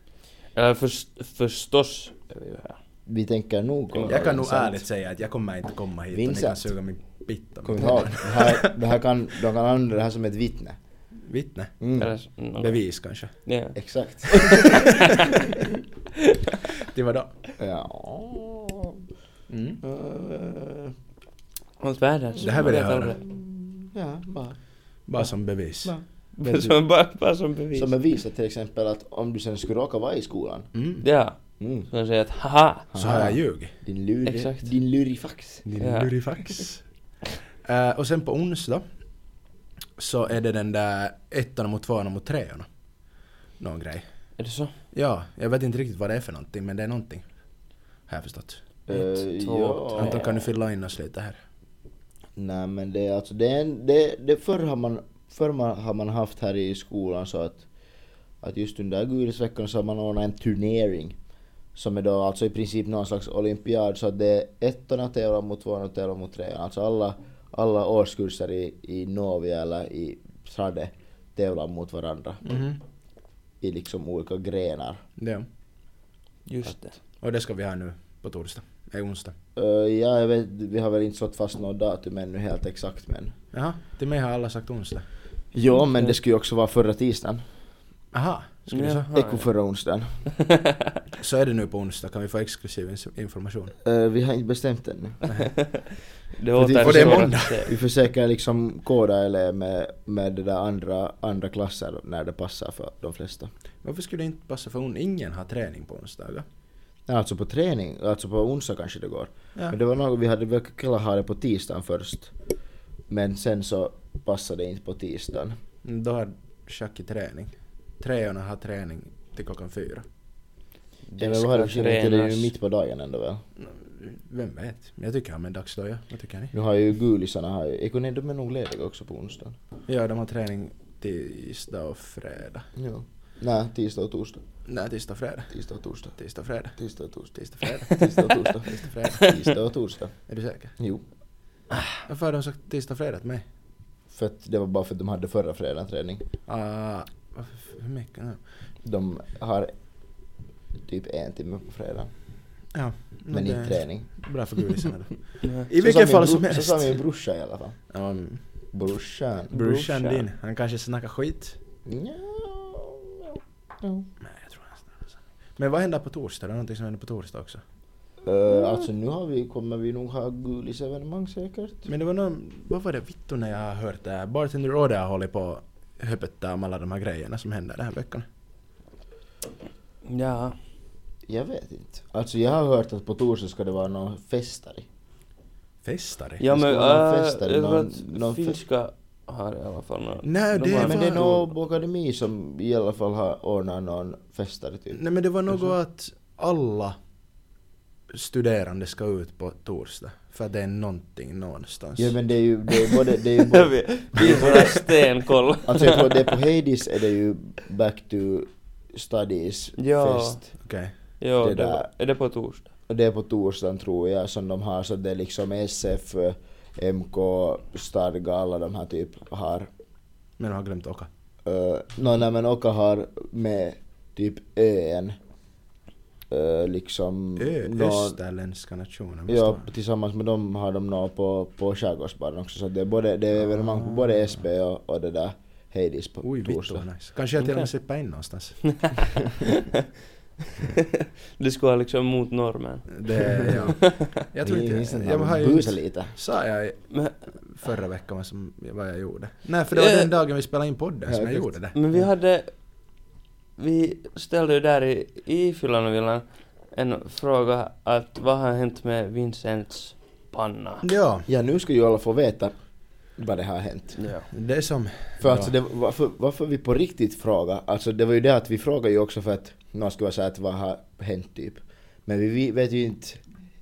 Speaker 1: Eller för, förstås är vi ju här.
Speaker 2: Vi tänker nog om
Speaker 3: Jag kan nog
Speaker 2: sant.
Speaker 3: ärligt säga att jag kommer inte komma hit och ni kan
Speaker 2: Vincent.
Speaker 3: suga min pitta.
Speaker 2: Kom ihåg, det här, det här kan, de kan använda det här som ett vittne.
Speaker 3: Vittne.
Speaker 1: Eller, så- mm, okej.
Speaker 3: Bevis kanske.
Speaker 1: Ja.
Speaker 2: Exakt.
Speaker 3: Det var då.
Speaker 2: Ja.
Speaker 3: Mm.
Speaker 2: Eh,
Speaker 1: Allt världens.
Speaker 3: Det här vill jag
Speaker 1: Man vet
Speaker 3: höra.
Speaker 1: aldrig.
Speaker 2: Ja, bara.
Speaker 3: Bara som bevis.
Speaker 2: Ja.
Speaker 1: Som, bara, bara som bevis.
Speaker 2: Som bevisar till exempel att om du sen skulle råka vara i skolan.
Speaker 3: Mm.
Speaker 1: Ja.
Speaker 2: Mm.
Speaker 1: Så jag säger att haha.
Speaker 3: Så har jag ljugit.
Speaker 2: Din luri,
Speaker 1: Exakt.
Speaker 2: din lurifax.
Speaker 3: Din
Speaker 1: Ja.
Speaker 3: lurifax. Eh, och sen på onsdag så är det den där ettan mot tvåan mot trean. Någon grej.
Speaker 1: Är det så?
Speaker 3: Ja, jag vet inte riktigt vad det är för någonting men det är någonting. Har jag förstått.
Speaker 1: Ett,
Speaker 2: Eh,
Speaker 1: två,
Speaker 2: ja.
Speaker 3: Anton kan du fylla in oss lite här?
Speaker 2: Nej men det är alltså, det är en, det, det förr har man, förr man, har man haft här i skolan så att, att just under gurisveckan så har man ordnat en turnering. Som är då alltså i princip någon slags olympiad så att det är ettorna tävlar mot tvåorna tävlar mot treorna. Alltså alla, alla årskurser i, i Novia eller i Trade tävlar mot varandra
Speaker 3: Mhm.
Speaker 2: i liksom olika grenar.
Speaker 3: Ja.
Speaker 1: Just det.
Speaker 3: Och det ska vi ha nu på torsdag. Nej, onsdag.
Speaker 2: Eh, ja, jag vet, vi har väl inte slått fast något datum ännu helt exakt men...
Speaker 3: Jaha, till mig har alla sagt onsdag.
Speaker 2: Jo men det skulle ju också vara förra tisdagen.
Speaker 3: Aha, ska vi
Speaker 1: Ja.
Speaker 3: så?
Speaker 1: Ah,
Speaker 2: Eko förra onsdagen.
Speaker 3: Så är det nu på onsdag, kan vi få exklusiv ins- information?
Speaker 2: Eh, vi har inte bestämt ännu.
Speaker 1: Det
Speaker 2: För det-
Speaker 1: återstår
Speaker 2: för det är
Speaker 1: att
Speaker 3: måndag.
Speaker 1: se.
Speaker 2: Vi försöker liksom koda eller med, med det där andra, andra klasser när det passar för de flesta.
Speaker 3: Varför skulle det inte passa för hon? Ingen har träning på onsdagar.
Speaker 2: Nej, Alltså på träning, alltså på onsdag kanske det går.
Speaker 3: Ja.
Speaker 2: Men det var något, vi hade väl kunnat ha det på tisdagen först. Men sen så passade det inte på tisdagen.
Speaker 3: Mm, Då har Shaki träning. Treorna har träning till klockan fyra.
Speaker 2: Det men vad har det för
Speaker 1: ska
Speaker 2: skillnad? Det är
Speaker 1: tränas.
Speaker 2: ju mitt på dagen ändå väl?
Speaker 3: Mm, Vem vet? Jag tycker han med dagsdoja. Vad tycker ni?
Speaker 2: Nu har ju gulisarna, har ju, Eko, nej, de är nog lediga också på onsdagen.
Speaker 3: Ja, de har träning tisdag och fredag.
Speaker 2: Ja. Nej, tisdag och torsdag.
Speaker 3: Nej, tisdag och fredag.
Speaker 2: Tisdag och torsdag.
Speaker 3: Tisdag och fredag.
Speaker 2: Tisdag och torsdag.
Speaker 3: Tisdag och fredag.
Speaker 2: Tisdag och torsdag.
Speaker 3: Tisdag och fredag.
Speaker 2: Tisdag och torsdag.
Speaker 3: Är du säker?
Speaker 2: Jo.
Speaker 3: Varför har de sagt tisdag och fredag till mig?
Speaker 2: För att det var bara för att de hade förra fredagen träning.
Speaker 3: Ah, varför, hur mycket nu?
Speaker 2: De har typ en timme på fredag.
Speaker 3: Ja,
Speaker 2: Men
Speaker 3: Mm, det
Speaker 2: inte
Speaker 3: är
Speaker 2: träning.
Speaker 3: Bra för gulisarna då.
Speaker 1: Nej.
Speaker 3: I
Speaker 2: Så
Speaker 3: vilket
Speaker 2: sa
Speaker 3: fall
Speaker 2: min
Speaker 3: som
Speaker 2: bro-
Speaker 3: helst.
Speaker 2: Så sa min brorsa i alla fall.
Speaker 3: Ja, men
Speaker 2: Brorsan.
Speaker 3: Brorsan
Speaker 1: Brorsan.
Speaker 3: din, han kanske snackar skit.
Speaker 2: Ja, ja.
Speaker 3: Nej, jag tror han snackar sanning. Men vad händer på torsdag? Det är någonting som händer på torsdag också.
Speaker 2: Eh, alltså nu har vi, kommer vi nog ha gulis evenemang säkert.
Speaker 3: Men det var någon, vad var det vittu när jag har hört det här? Bartender Rodea har hållit på höppet där om alla de här grejerna som händer den här veckan.
Speaker 1: Ja.
Speaker 2: Jag vet inte. Alltså jag har hört att på torsdag ska det vara någon festare.
Speaker 3: Festare?
Speaker 1: Ja
Speaker 2: Det ska
Speaker 1: men
Speaker 2: vara någon
Speaker 1: äh,
Speaker 2: fest eller
Speaker 1: jag tror
Speaker 2: någon-
Speaker 1: att
Speaker 2: någon fe-
Speaker 1: finska har i alla fall någon.
Speaker 3: Nej,
Speaker 1: de
Speaker 3: det är
Speaker 1: har-
Speaker 2: Men det är
Speaker 3: fan-
Speaker 2: nog Akademi som i alla fall har ordnat någon festare typ.
Speaker 3: Nej men det var något att alla studerande ska ut på torsdag. För att det är någonting någonstans.
Speaker 2: Ja men det är ju, det är både, det är ju både,
Speaker 1: Vi vi är bara stenkoll.
Speaker 2: Alltså jag tror det på Hades är det ju back to studies
Speaker 1: Ja.
Speaker 2: fest.
Speaker 3: Okej.
Speaker 1: Jo,
Speaker 2: Det
Speaker 1: det
Speaker 2: där.
Speaker 1: var- är det på torsdag?
Speaker 2: Och det är på torsdagen tror jag som de har så det är liksom SF, eh, MK, Stadga, alla de här typ har
Speaker 3: Men jag har glömt åka.
Speaker 2: Uh, no, nej men Oka har med typ ön. eh, liksom...
Speaker 3: Ö,
Speaker 2: nå-
Speaker 3: österländska nationen. vad
Speaker 2: Ja,
Speaker 3: står det?
Speaker 2: tillsammans med dem har de nå på, på Skärgårdsbaren också. Så det är, både, det är evenemang på både SP och, och det där Heidis på
Speaker 3: Ah. Oj, vitt
Speaker 2: torsdag.
Speaker 3: vad nice. Kanske jag till och
Speaker 1: Okej.
Speaker 3: med släpper in någonstans.
Speaker 1: det skulle vara liksom mot normen.
Speaker 3: Det, ja. Jag tror
Speaker 2: Ni- ni
Speaker 3: inte...
Speaker 2: sen
Speaker 3: Jag
Speaker 2: har
Speaker 3: har ju...
Speaker 2: busat lite.
Speaker 3: Sa jag
Speaker 1: Men,
Speaker 3: förra veckan vad, som, vad jag gjorde? Nej, för det var
Speaker 1: Eh.
Speaker 3: den dagen vi spelade in podden som
Speaker 2: Ja,
Speaker 3: jag
Speaker 2: exakt.
Speaker 3: gjorde det.
Speaker 1: men vi hade... Vi ställde ju där i, i fyllan och villan en fråga att vad har hänt med Vincents panna?
Speaker 3: Ja,
Speaker 2: Ja, nu ska ju alla få veta vad det har hänt.
Speaker 1: Ja.
Speaker 3: det är som...
Speaker 2: För
Speaker 3: ja.
Speaker 2: alltså det, varför, varför vi på riktigt frågar, alltså det var ju det att vi frågar ju också för att någon skulle säga att vad har hänt typ. Men vi, vi vet ju inte,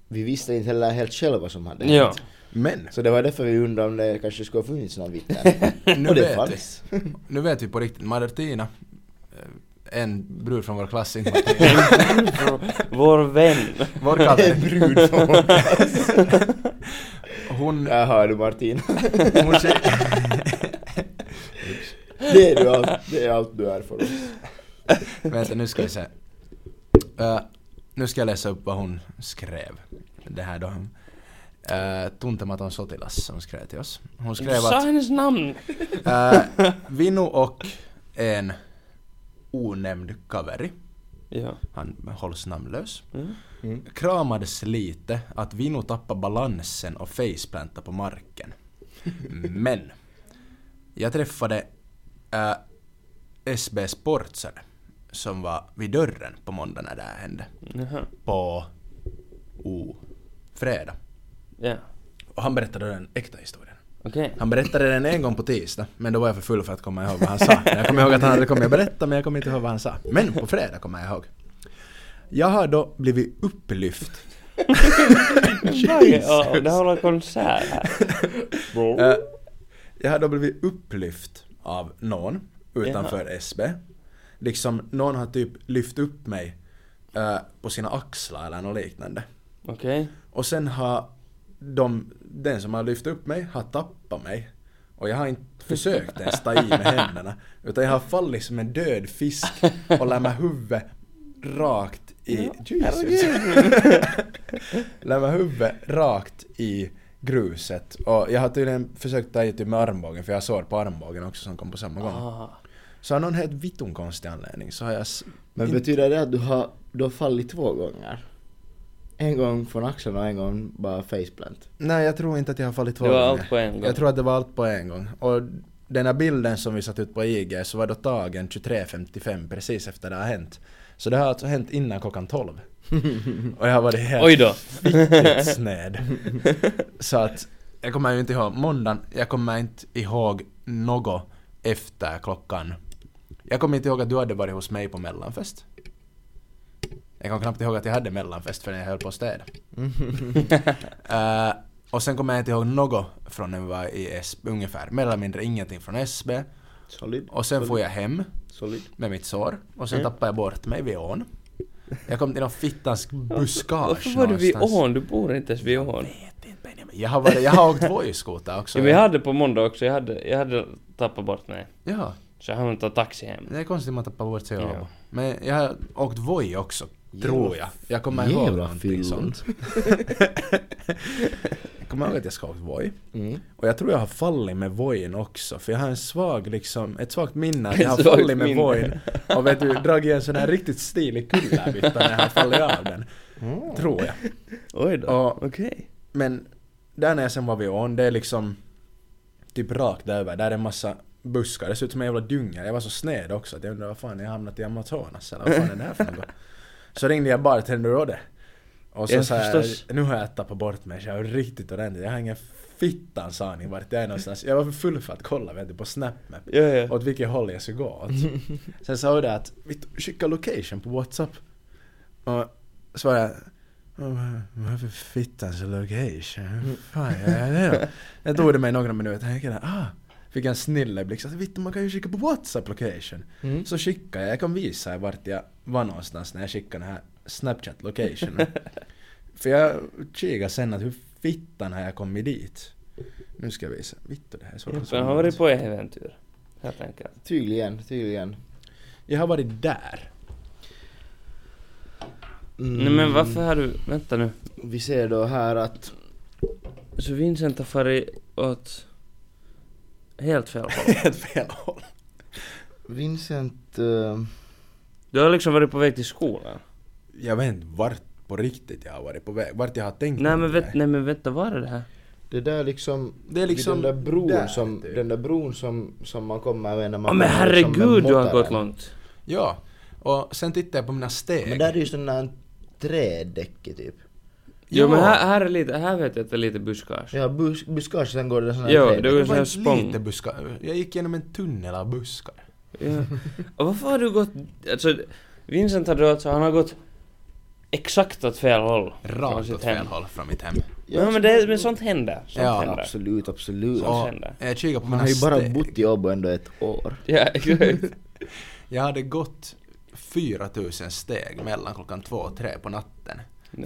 Speaker 2: vi visste inte heller helt själva vad som hade hänt.
Speaker 1: Ja.
Speaker 3: Men,
Speaker 2: Så det var därför vi undrade om det kanske skulle ha funnits någon vittne.
Speaker 3: Nu
Speaker 2: Och det
Speaker 3: vet
Speaker 2: fanns.
Speaker 3: nu vet vi på riktigt. Martina, eh, en brud från vår klass, inte
Speaker 1: Vår vän.
Speaker 3: vår kalle,
Speaker 2: Brud från vår klass.
Speaker 3: hon...
Speaker 2: Där har du Martina.
Speaker 3: hon sk-
Speaker 2: Det är, du allt, det är allt du är för oss.
Speaker 3: vänta, nu ska vi se. Eh, nu ska jag läsa upp vad hon skrev. Det här då. Uh, Tuntematon Sotilas som skrev till oss. Hon
Speaker 1: Du
Speaker 3: skrev
Speaker 1: sa
Speaker 3: att
Speaker 1: hennes namn!
Speaker 3: eh, Vinu och en onämnd kaveri,
Speaker 1: Ja.
Speaker 3: han hålls namnlös,
Speaker 1: Mm.
Speaker 3: kramades lite att Vinu tappade balansen och faceplantade på marken. Men jag träffade äh, SB Sportsare som var vid dörren på måndag när det här hände.
Speaker 1: Jaha.
Speaker 3: På O... fredag.
Speaker 1: Ja.
Speaker 3: Och han berättade den äkta historien.
Speaker 1: Okej.
Speaker 3: Han berättade den en gång på tisdag, men då var jag för full för att komma ihåg vad han sa. Jag kommer ihåg att han hade kommit och berättat, men jag kommer inte ihåg vad han sa. Men på fredag kommer jag ihåg. Jag har då blivit upplyft.
Speaker 1: Jesus! Ja, det håller konsert här.
Speaker 3: Eh, jag har då blivit upplyft av någon utanför SB. Liksom någon har typ lyft upp mig eh, på sina axlar eller något liknande.
Speaker 1: Okej.
Speaker 3: Och sen har de, den som har lyft upp mig har tappat mig. Och jag har inte försökt ens ta i med händerna. Utan jag har fallit som en död fisk och lämnat huvudet rakt i... Jesus! lämnat huvudet rakt i gruset. Och jag har tydligen försökt ta i typ med armbågen för jag har sår på armbågen också som kom på samma gång.
Speaker 1: Ah.
Speaker 3: Så av någon helt vitton konstig anledning så har jag... s-
Speaker 2: Men
Speaker 3: in-
Speaker 2: betyder det att du har, du har fallit två gånger? En gång från axeln och en gång bara faceplant.
Speaker 3: Nej, jag tror inte att jag har fallit två
Speaker 1: Det var
Speaker 3: gånger.
Speaker 1: allt på en gång.
Speaker 3: Jag tror att det var allt på en gång. Och den här bilden som vi satt ut på IG så var då tagen 23.55 precis efter det har hänt. Så det har alltså hänt innan klockan 12. Och jag har varit helt
Speaker 1: Oj då!
Speaker 3: riktigt sned. Så att jag kommer ju inte ihåg måndagen, jag kommer inte ihåg något efter klockan. Jag kommer inte ihåg att du hade varit hos mig på mellanfest. Jag kommer knappt ihåg att jag hade mellanfest förrän jag höll på att städa. Eh, och sen kommer jag inte ihåg något från när vi var i SB ungefär. Mer eller mindre ingenting från SB.
Speaker 2: Solid.
Speaker 3: Och sen får jag hem
Speaker 2: Solid.
Speaker 3: med mitt sår. Och sen
Speaker 1: Mm.
Speaker 3: tappade jag bort mig vid ån. Jag kom till någon fittans buskage
Speaker 1: Varför var du vid
Speaker 3: någonstans.
Speaker 1: ån? Du bor inte ens vid ån.
Speaker 3: vet inte Benjamin. Jag har, varit, jag har åkt Voi-skoter också.
Speaker 1: Ja, men jag hade på måndag också, jag hade, jag hade tappat bort mig.
Speaker 3: Ja,
Speaker 1: Så jag hann ta taxi hem.
Speaker 3: det är konstigt att man tappar bort sig i
Speaker 1: Ja.
Speaker 3: Åbo. Men jag har åkt Voi också,
Speaker 2: Jävla-
Speaker 3: tror jag. Jag kommer ihåg
Speaker 2: jävla
Speaker 3: någonting
Speaker 2: fyllon.
Speaker 3: sånt. jag kommer ihåg att jag ska ha åkt Voi.
Speaker 2: Mm.
Speaker 3: Och jag tror jag har fallit med voin också, för jag har en svag liksom, ett svagt minne att
Speaker 1: Ett
Speaker 3: jag har
Speaker 1: svagt
Speaker 3: fallit med
Speaker 1: minne.
Speaker 3: voin och vet du, dragit en sån här riktigt stilig kullerbytta när jag har fallit av den. Tror jag.
Speaker 1: Oj då.
Speaker 3: Ja.
Speaker 1: Okej.
Speaker 3: Men där när jag sen var vid ån, det är liksom typ rakt över, där är en massa buskar, det ser ut som en jävla djungel. Jag var så sned också att jag undrade vad fan jag hamnat i Amazonas eller vad fan är det här för något? Så ringde jag bartender och det. Och så
Speaker 1: Ja,
Speaker 3: sa jag,
Speaker 1: förstås.
Speaker 3: nu har jag tappat bort mig så jag är riktigt ordentligt. Jag har ingen fittans aning vart jag är någonstans. Jag var för full för att kolla vet du, på Snapmap
Speaker 1: Ja, ja.
Speaker 3: åt vilket håll jag skulle gå åt. Sen sa du att vi t- skickar location på Whatsapp. Och svarade jag "Åh, varför fittans location? Hur Fan, jag är det då?" Jag tog det mig några minuter, jag tänkte, ah, fick en snilleblick, så att vitt man kan ju skicka på Whatsapp location.
Speaker 2: Mm.
Speaker 3: Så skickade jag, jag kan visa er vart jag var någonstans när jag skickade den här Snapchat locationen. För jag kikade sen att hur fittan har jag kommit dit? Nu ska jag visa. Vittu, det här är svårt.
Speaker 1: Jeppe
Speaker 3: som
Speaker 1: har
Speaker 3: helst.
Speaker 1: varit på äventyr. Helt enkelt.
Speaker 2: Tydligen, tydligen.
Speaker 3: Jag har varit där.
Speaker 2: Mm.
Speaker 1: Nej men varför har du... Vänta nu.
Speaker 2: Vi ser då här att...
Speaker 1: Så Vincent har farit åt... Helt fel håll.
Speaker 3: Helt fel håll.
Speaker 2: Vincent... eh,
Speaker 1: Du har liksom varit på väg till skolan.
Speaker 3: Jag vet inte vart på riktigt jag har varit på väg. Vart jag har tänkt
Speaker 1: Nej
Speaker 3: mig
Speaker 1: men,
Speaker 3: det
Speaker 1: vet,
Speaker 3: där.
Speaker 1: nej men vänta, var är det här?
Speaker 2: det där liksom...
Speaker 3: Det är liksom
Speaker 2: vid den där bron,
Speaker 3: där,
Speaker 2: som,
Speaker 3: typ.
Speaker 2: den där bron som, som man kommer med när man...
Speaker 1: Åh men
Speaker 2: kommer liksom med
Speaker 1: herregud du har
Speaker 2: mottaren.
Speaker 1: gått långt.
Speaker 3: Ja. Och sen tittar jag på mina steg.
Speaker 2: Men där är ju sån där trädäcke typ.
Speaker 1: Jo
Speaker 3: Ja.
Speaker 1: men här, här är lite, här vet jag att det är lite buskage.
Speaker 2: Ja, bus, buskage, sen går det sån här
Speaker 1: Jo,
Speaker 2: trädäcke.
Speaker 1: det var-
Speaker 3: Det
Speaker 1: en sån här
Speaker 3: var
Speaker 1: spång.
Speaker 3: inte lite buskar. Jag gick genom en tunnel av buskar.
Speaker 1: Ja. Och varför har du gått... Alltså Vincent har då alltså, han har gått exakt åt fel håll. från
Speaker 3: Rakt
Speaker 1: sitt
Speaker 3: åt
Speaker 1: hem.
Speaker 3: fel håll från mitt hem.
Speaker 1: Ja men, det, men sånt händer. Sånt
Speaker 3: Ja,
Speaker 1: händer.
Speaker 2: Absolut, absolut.
Speaker 1: Så-
Speaker 3: Och
Speaker 1: händer.
Speaker 3: jag kikar på
Speaker 2: Man
Speaker 3: mina
Speaker 2: har ju bara
Speaker 3: steg.
Speaker 2: bott i Åbo ändå ett år.
Speaker 1: Ja exakt.
Speaker 3: Jag hade gått 4000 steg mellan klockan två och tre på natten.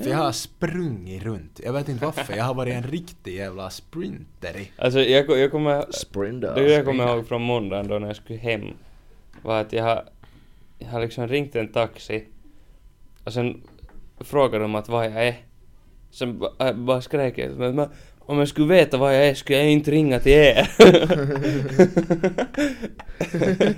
Speaker 3: För jag har sprungit runt. Jag vet inte varför. Jag har varit en riktig jävla sprinter i.
Speaker 1: Alltså jag, jag kommer...
Speaker 2: Sprinda.
Speaker 1: Det jag kommer ihåg från måndagen då när jag skulle hem var att jag har, jag har liksom ringt en taxi och sen frågade de att var jag är. Sen ba- äh, bara skrek jag men men om jag skulle veta var jag är skulle jag inte ringa till er.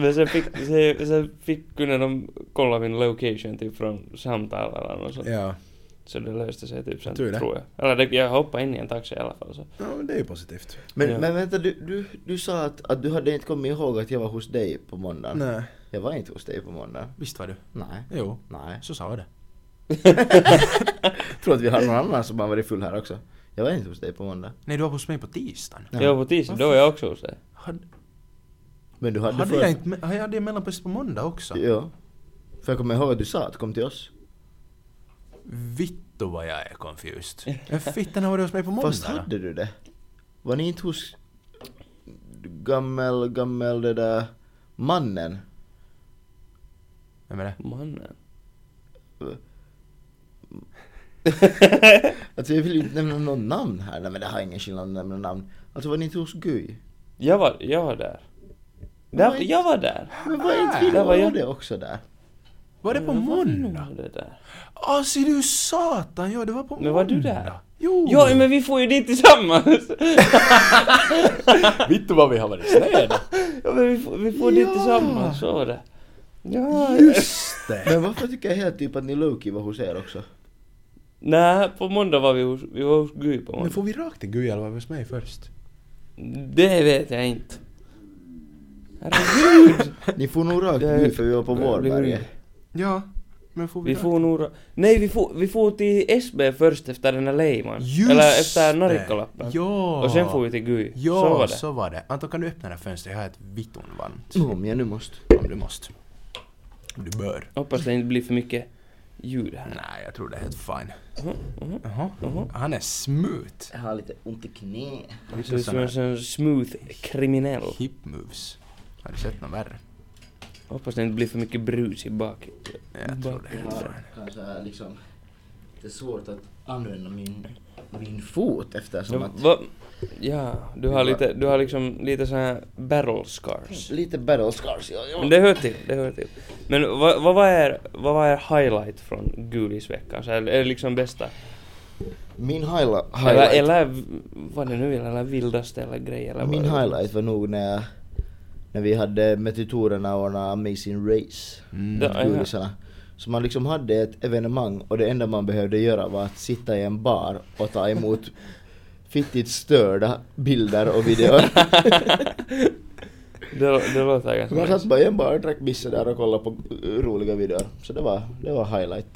Speaker 1: men sen fick, sen, sen fick kunde de kolla min location typ från samtal eller något sånt.
Speaker 3: Ja.
Speaker 1: Så det löste sig typ sen
Speaker 3: Tur det.
Speaker 1: tror jag. Eller det, jag hoppade in i en taxi i alla fall så.
Speaker 3: ja men det är ju positivt.
Speaker 2: Men,
Speaker 1: Ja.
Speaker 2: men vänta, du, du, du sa att, att du hade inte kommit ihåg att jag var hos dig på måndagen.
Speaker 3: Nej.
Speaker 2: Jag var inte hos dig på måndagen.
Speaker 3: Visst var du?
Speaker 2: Nej.
Speaker 3: Jo.
Speaker 2: Nej.
Speaker 3: Så sa jag det.
Speaker 2: Tror att vi har någon annan som har varit full här också. Jag var inte hos dig på måndag.
Speaker 3: Nej, du var hos mig på tisdagen.
Speaker 2: Ja.
Speaker 1: Jag var på tisdag, då var jag också hos dig.
Speaker 3: Hade,
Speaker 2: Men du hade,
Speaker 3: hade
Speaker 2: för-
Speaker 3: jag inte... me- Hade jag det mellanpass på måndag också?
Speaker 2: Ja. För jag kommer ihåg att du sa att kom till oss.
Speaker 3: Vittu vad jag är confused. Men fittan har varit hos mig på
Speaker 2: Fast
Speaker 3: måndag.
Speaker 2: hade du det? Var ni inte hos gammel, gammel det där mannen?
Speaker 3: Vem är det?
Speaker 1: Mannen.
Speaker 2: Alltså jag vill ju inte nämna någon namn här, nej men det har ingen skillnad att nämna namn. Alltså var ni inte hos Guy?
Speaker 1: Jag var, jag var där.
Speaker 2: Oj.
Speaker 1: där jag var där.
Speaker 2: Men var inte
Speaker 1: Där
Speaker 2: Ville
Speaker 1: var jag.
Speaker 2: Åde också där?
Speaker 3: Var det på
Speaker 1: Men vad var
Speaker 3: måndag?
Speaker 1: det där?
Speaker 3: Ah, ser du satan! Ja, det var på måndag.
Speaker 1: Men var du där?
Speaker 3: Jo!
Speaker 1: Ja, men vi får ju dit tillsammans!
Speaker 3: Vittu vad vi har varit snäda!
Speaker 1: Ja, men vi får, vi får dit
Speaker 3: Ja.
Speaker 1: tillsammans, så var det. Ja.
Speaker 3: Just det!
Speaker 2: Men varför tycker jag helt typ att ni Loki var hos er också?
Speaker 1: Nej, på måndag var vi hos, vi var hos Guy på
Speaker 3: Men
Speaker 1: måndag.
Speaker 3: får vi rakt till Guy eller var vi hos mig först?
Speaker 1: Det vet jag inte. Herregud!
Speaker 2: Ni får nog rakt
Speaker 1: Det-
Speaker 2: nu för vi var på
Speaker 1: det blir
Speaker 2: Vårberget.
Speaker 1: hungrig.
Speaker 3: Ja, men får vi,
Speaker 1: Vi
Speaker 3: rakt-
Speaker 1: får nog... Nej, vi får, vi får till SB först efter den här Leiman.
Speaker 3: Just
Speaker 1: Eller efter
Speaker 3: det.
Speaker 1: Narikkalappen.
Speaker 3: Ja!
Speaker 1: Och sen får vi till Guy.
Speaker 3: Ja,
Speaker 1: så var det. Mm.
Speaker 3: så var det. Anton kan du öppna det här fönstret? Jag har ett vitton varmt.
Speaker 2: Om jag nu måste.
Speaker 3: Om du måste. Om du bör.
Speaker 1: Hoppas det inte blir för mycket ljud här.
Speaker 3: Nej, jag tror det är helt fine.
Speaker 1: Mhm, mhm.
Speaker 3: Jaha.
Speaker 1: Mhm.
Speaker 3: Han är smooth.
Speaker 2: Jag har lite ont i knä.
Speaker 1: Du är som en sån smooth kriminell.
Speaker 3: Hip moves. Har du sett något värre?
Speaker 1: Hoppas det inte blir för mycket brus i bak.
Speaker 3: Jag tror det är
Speaker 2: Jag
Speaker 3: helt
Speaker 2: har
Speaker 3: fine.
Speaker 2: kanske liksom lite svårt att använda min, min fot eftersom
Speaker 1: No,
Speaker 2: att...
Speaker 1: va? Ja, du har lite, du har liksom lite sån här battle scars.
Speaker 2: Lite battle scars, ja, ja.
Speaker 1: Men det hör till, det hör till. Men vad, vad var er, vad var er highlight från Gulisveckan? Så här, är det liksom bästa?
Speaker 2: Min highlight...
Speaker 1: Eller,
Speaker 2: highlight
Speaker 1: eller vad det nu vill, eller vildaste eller grej eller
Speaker 2: min
Speaker 1: vad?
Speaker 2: highlight var nog när jag... När vi hade Metitorerna och den här Amazing Race.
Speaker 3: Mm.
Speaker 1: Ja, ja.
Speaker 2: Gulisarna. Så man liksom hade ett evenemang och det enda man behövde göra var att sitta i en bar och ta emot fittigt störda bilder och videor.
Speaker 1: Det, det låter
Speaker 2: Man
Speaker 1: ganska
Speaker 2: satt bara i en bar och drack bisse där och kollade på eh, roliga videor. Så det var, det var highlight.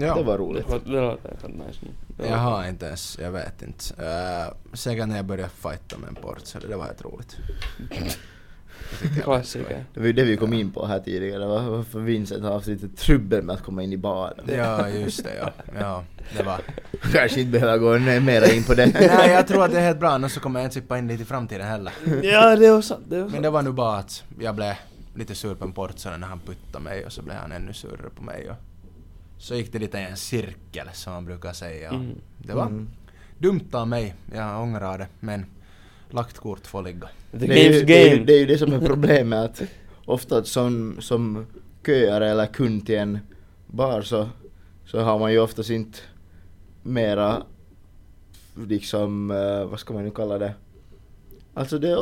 Speaker 3: Ja.
Speaker 2: Det var
Speaker 1: Det
Speaker 2: roligt.
Speaker 1: låter- det låter ganska nice. Det
Speaker 3: Jag
Speaker 1: låter-
Speaker 3: har inte ens, jag vet inte. Uh, säkert när jag började fighta med en portsare, det var helt roligt. Det tyckte jag var
Speaker 1: Klassiker.
Speaker 2: Det var ju det vi kom in på här tidigare, va- varför Vincent har haft lite trubbel med att komma in i baren.
Speaker 3: skoj. Ja, just det ja. ja det var.
Speaker 2: Kanske inte behöver gå ner mera in på det.
Speaker 3: Nej, jag tror att det är helt bra, annars så kommer jag inte slippa in dit i framtiden heller.
Speaker 1: Ja, det var sant, det var sant.
Speaker 3: Men det var nog bara att jag blev lite sur på en portsare när han puttade mig och så blev han ännu surare på mig. Och så gick det lite i en cirkel som man brukar säga.
Speaker 1: Mm.
Speaker 3: Det var,
Speaker 2: Mm.
Speaker 3: Dumt av mig, jag ångrar det, men lagt kort får ligga.
Speaker 1: The
Speaker 2: det, är
Speaker 1: game's
Speaker 2: ju, det, är, ju-
Speaker 1: game.
Speaker 2: det är ju det som är problemet att ofta som, som köare eller kund till en bar så, så har man ju oftast inte mera liksom, eh, vad ska man nu kalla det? Alltså det är,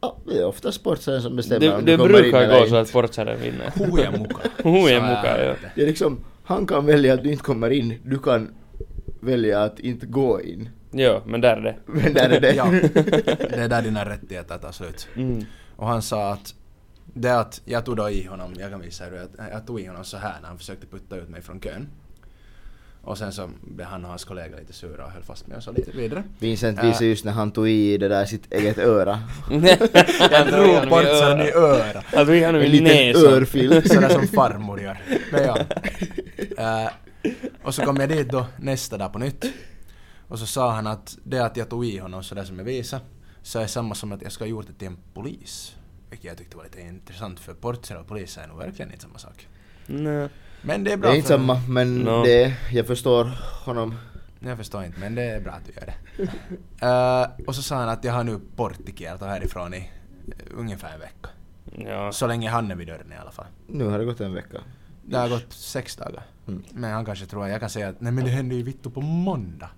Speaker 2: o- det är ofta sportsen som bestämmer
Speaker 1: Det,
Speaker 2: om
Speaker 1: det
Speaker 2: du kommer in
Speaker 1: brukar
Speaker 2: eller
Speaker 1: gå så
Speaker 2: inte.
Speaker 1: att Fortsare vinner.
Speaker 3: Hoja muka.
Speaker 1: Hoja
Speaker 3: Så är
Speaker 1: muka,
Speaker 3: det.
Speaker 1: ja.
Speaker 2: Det är liksom, han kan välja att du inte kommer in, du kan välja att inte gå in.
Speaker 1: Jo, men där är det.
Speaker 2: Men där är det.
Speaker 3: Ja, det är där dina rättigheter tar slut.
Speaker 1: Mm.
Speaker 3: Och han sa att det att jag tog då i honom, jag kan visa er hur jag, jag tog i honom så här när han försökte putta ut mig från kön. Och sen så blev han och hans kollega lite sura och höll fast mig och så lite vidare.
Speaker 2: Vincent
Speaker 3: Äh.
Speaker 2: visade just när han tog i det där sitt eget öra.
Speaker 1: jag
Speaker 3: Jag drog bort så han i örat.
Speaker 1: Jag drog honom
Speaker 2: En
Speaker 1: i
Speaker 2: liten
Speaker 1: näsan.
Speaker 2: örfil.
Speaker 3: Sådär som farmor gör. Men ja. Eh, och så kom jag dit då nästa dag på nytt. Och så sa han att det att jag tog i honom sådär som jag visade, så är samma som att jag ska ha gjort det till en polis. Vilket jag tyckte var lite intressant för portier och polis är nog verkligen inte samma sak.
Speaker 1: Nä.
Speaker 3: Men det är
Speaker 2: Det
Speaker 3: bra
Speaker 2: är inte
Speaker 3: för...
Speaker 2: samma, men
Speaker 1: No.
Speaker 2: det, jag förstår honom.
Speaker 3: Jag förstår inte men det är bra att du gör det. Eh, och så sa han att jag har nu portikerat och härifrån i eh, ungefär en vecka.
Speaker 1: Ja.
Speaker 3: Så länge han är vid dörren i alla fall.
Speaker 2: Nu har det gått en vecka.
Speaker 3: Det har gått sex dagar.
Speaker 2: Mm.
Speaker 3: Men han kanske tror att jag kan säga att nej men det hände ju vittu på måndag.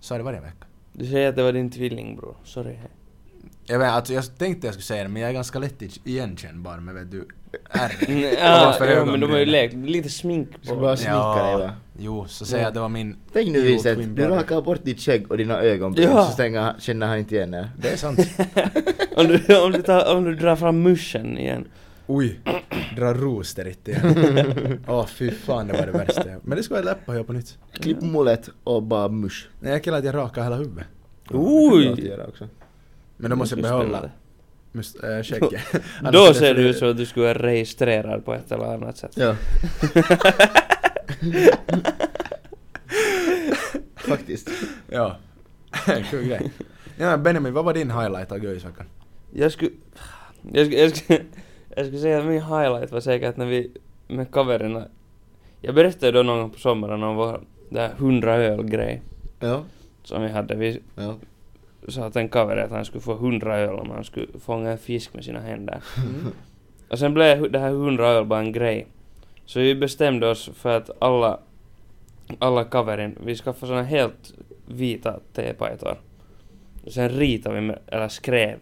Speaker 3: Så har det varit en vecka.
Speaker 1: Du säger att det var din tvillingbror. Sorry. Mm,
Speaker 3: Jag vet alltså jag tänkte jag skulle säga det men jag är ganska lätt i- igenkännbar med vet du ärr.
Speaker 1: Mm,
Speaker 3: Ovanför
Speaker 1: Ja, ja, men de har ju
Speaker 3: ögonbrynen.
Speaker 1: lekt. Lite smink
Speaker 2: Ska
Speaker 1: på.
Speaker 2: bara sminka dig va?
Speaker 3: Jo, så säger jag att det var min...
Speaker 1: Mm.
Speaker 2: Tänk nu
Speaker 3: Jo,
Speaker 2: Vincent,
Speaker 3: twin
Speaker 2: du
Speaker 3: brother.
Speaker 2: rakar bort ditt skägg och dina ögonbryn
Speaker 1: Ja.
Speaker 2: så stänger, han- känner han inte igen er.
Speaker 3: Det är sant.
Speaker 1: Om du, om, du tar, om du drar fram muschen igen.
Speaker 3: Oj, dra rosterit igen. Åh fy fan det var det värsta. Men det skulle jag läppa och göra på nytt.
Speaker 2: Klipp mullet och bara mush.
Speaker 3: Nej jag gillar att jag rakar hela huvudet.
Speaker 2: Det kan du alltid
Speaker 1: Oj!
Speaker 2: göra också.
Speaker 3: Men då måste jag behålla must- äh, skägget. Annars är
Speaker 1: Då
Speaker 3: det
Speaker 1: ser
Speaker 3: för-
Speaker 1: du ut som att du skulle vara registrerad på ett eller annat sätt.
Speaker 2: Ja. Faktiskt.
Speaker 3: Ja. Kul grej. Ja, men Benjamin, vad var din highlight av Göisveckan?
Speaker 1: Jag skulle... Jag skulle, jag skulle, jag skulle säga att min highlight var säkert när vi med kaverna... Jag berättade då någon gång på sommaren om vår där hundra öl-grej
Speaker 2: Ja.
Speaker 1: som vi hade. Vi
Speaker 2: ja.
Speaker 1: sa till en kaver att han skulle få hundra öl om han skulle fånga en fisk med sina händer.
Speaker 2: Mm.
Speaker 1: Och sen blev hu- det här 100 öl bara en grej. Så vi bestämde oss för att alla, alla kaverin, vi skaffade såna helt vita tepajtor. Och Sen ritade vi, med, eller skrev,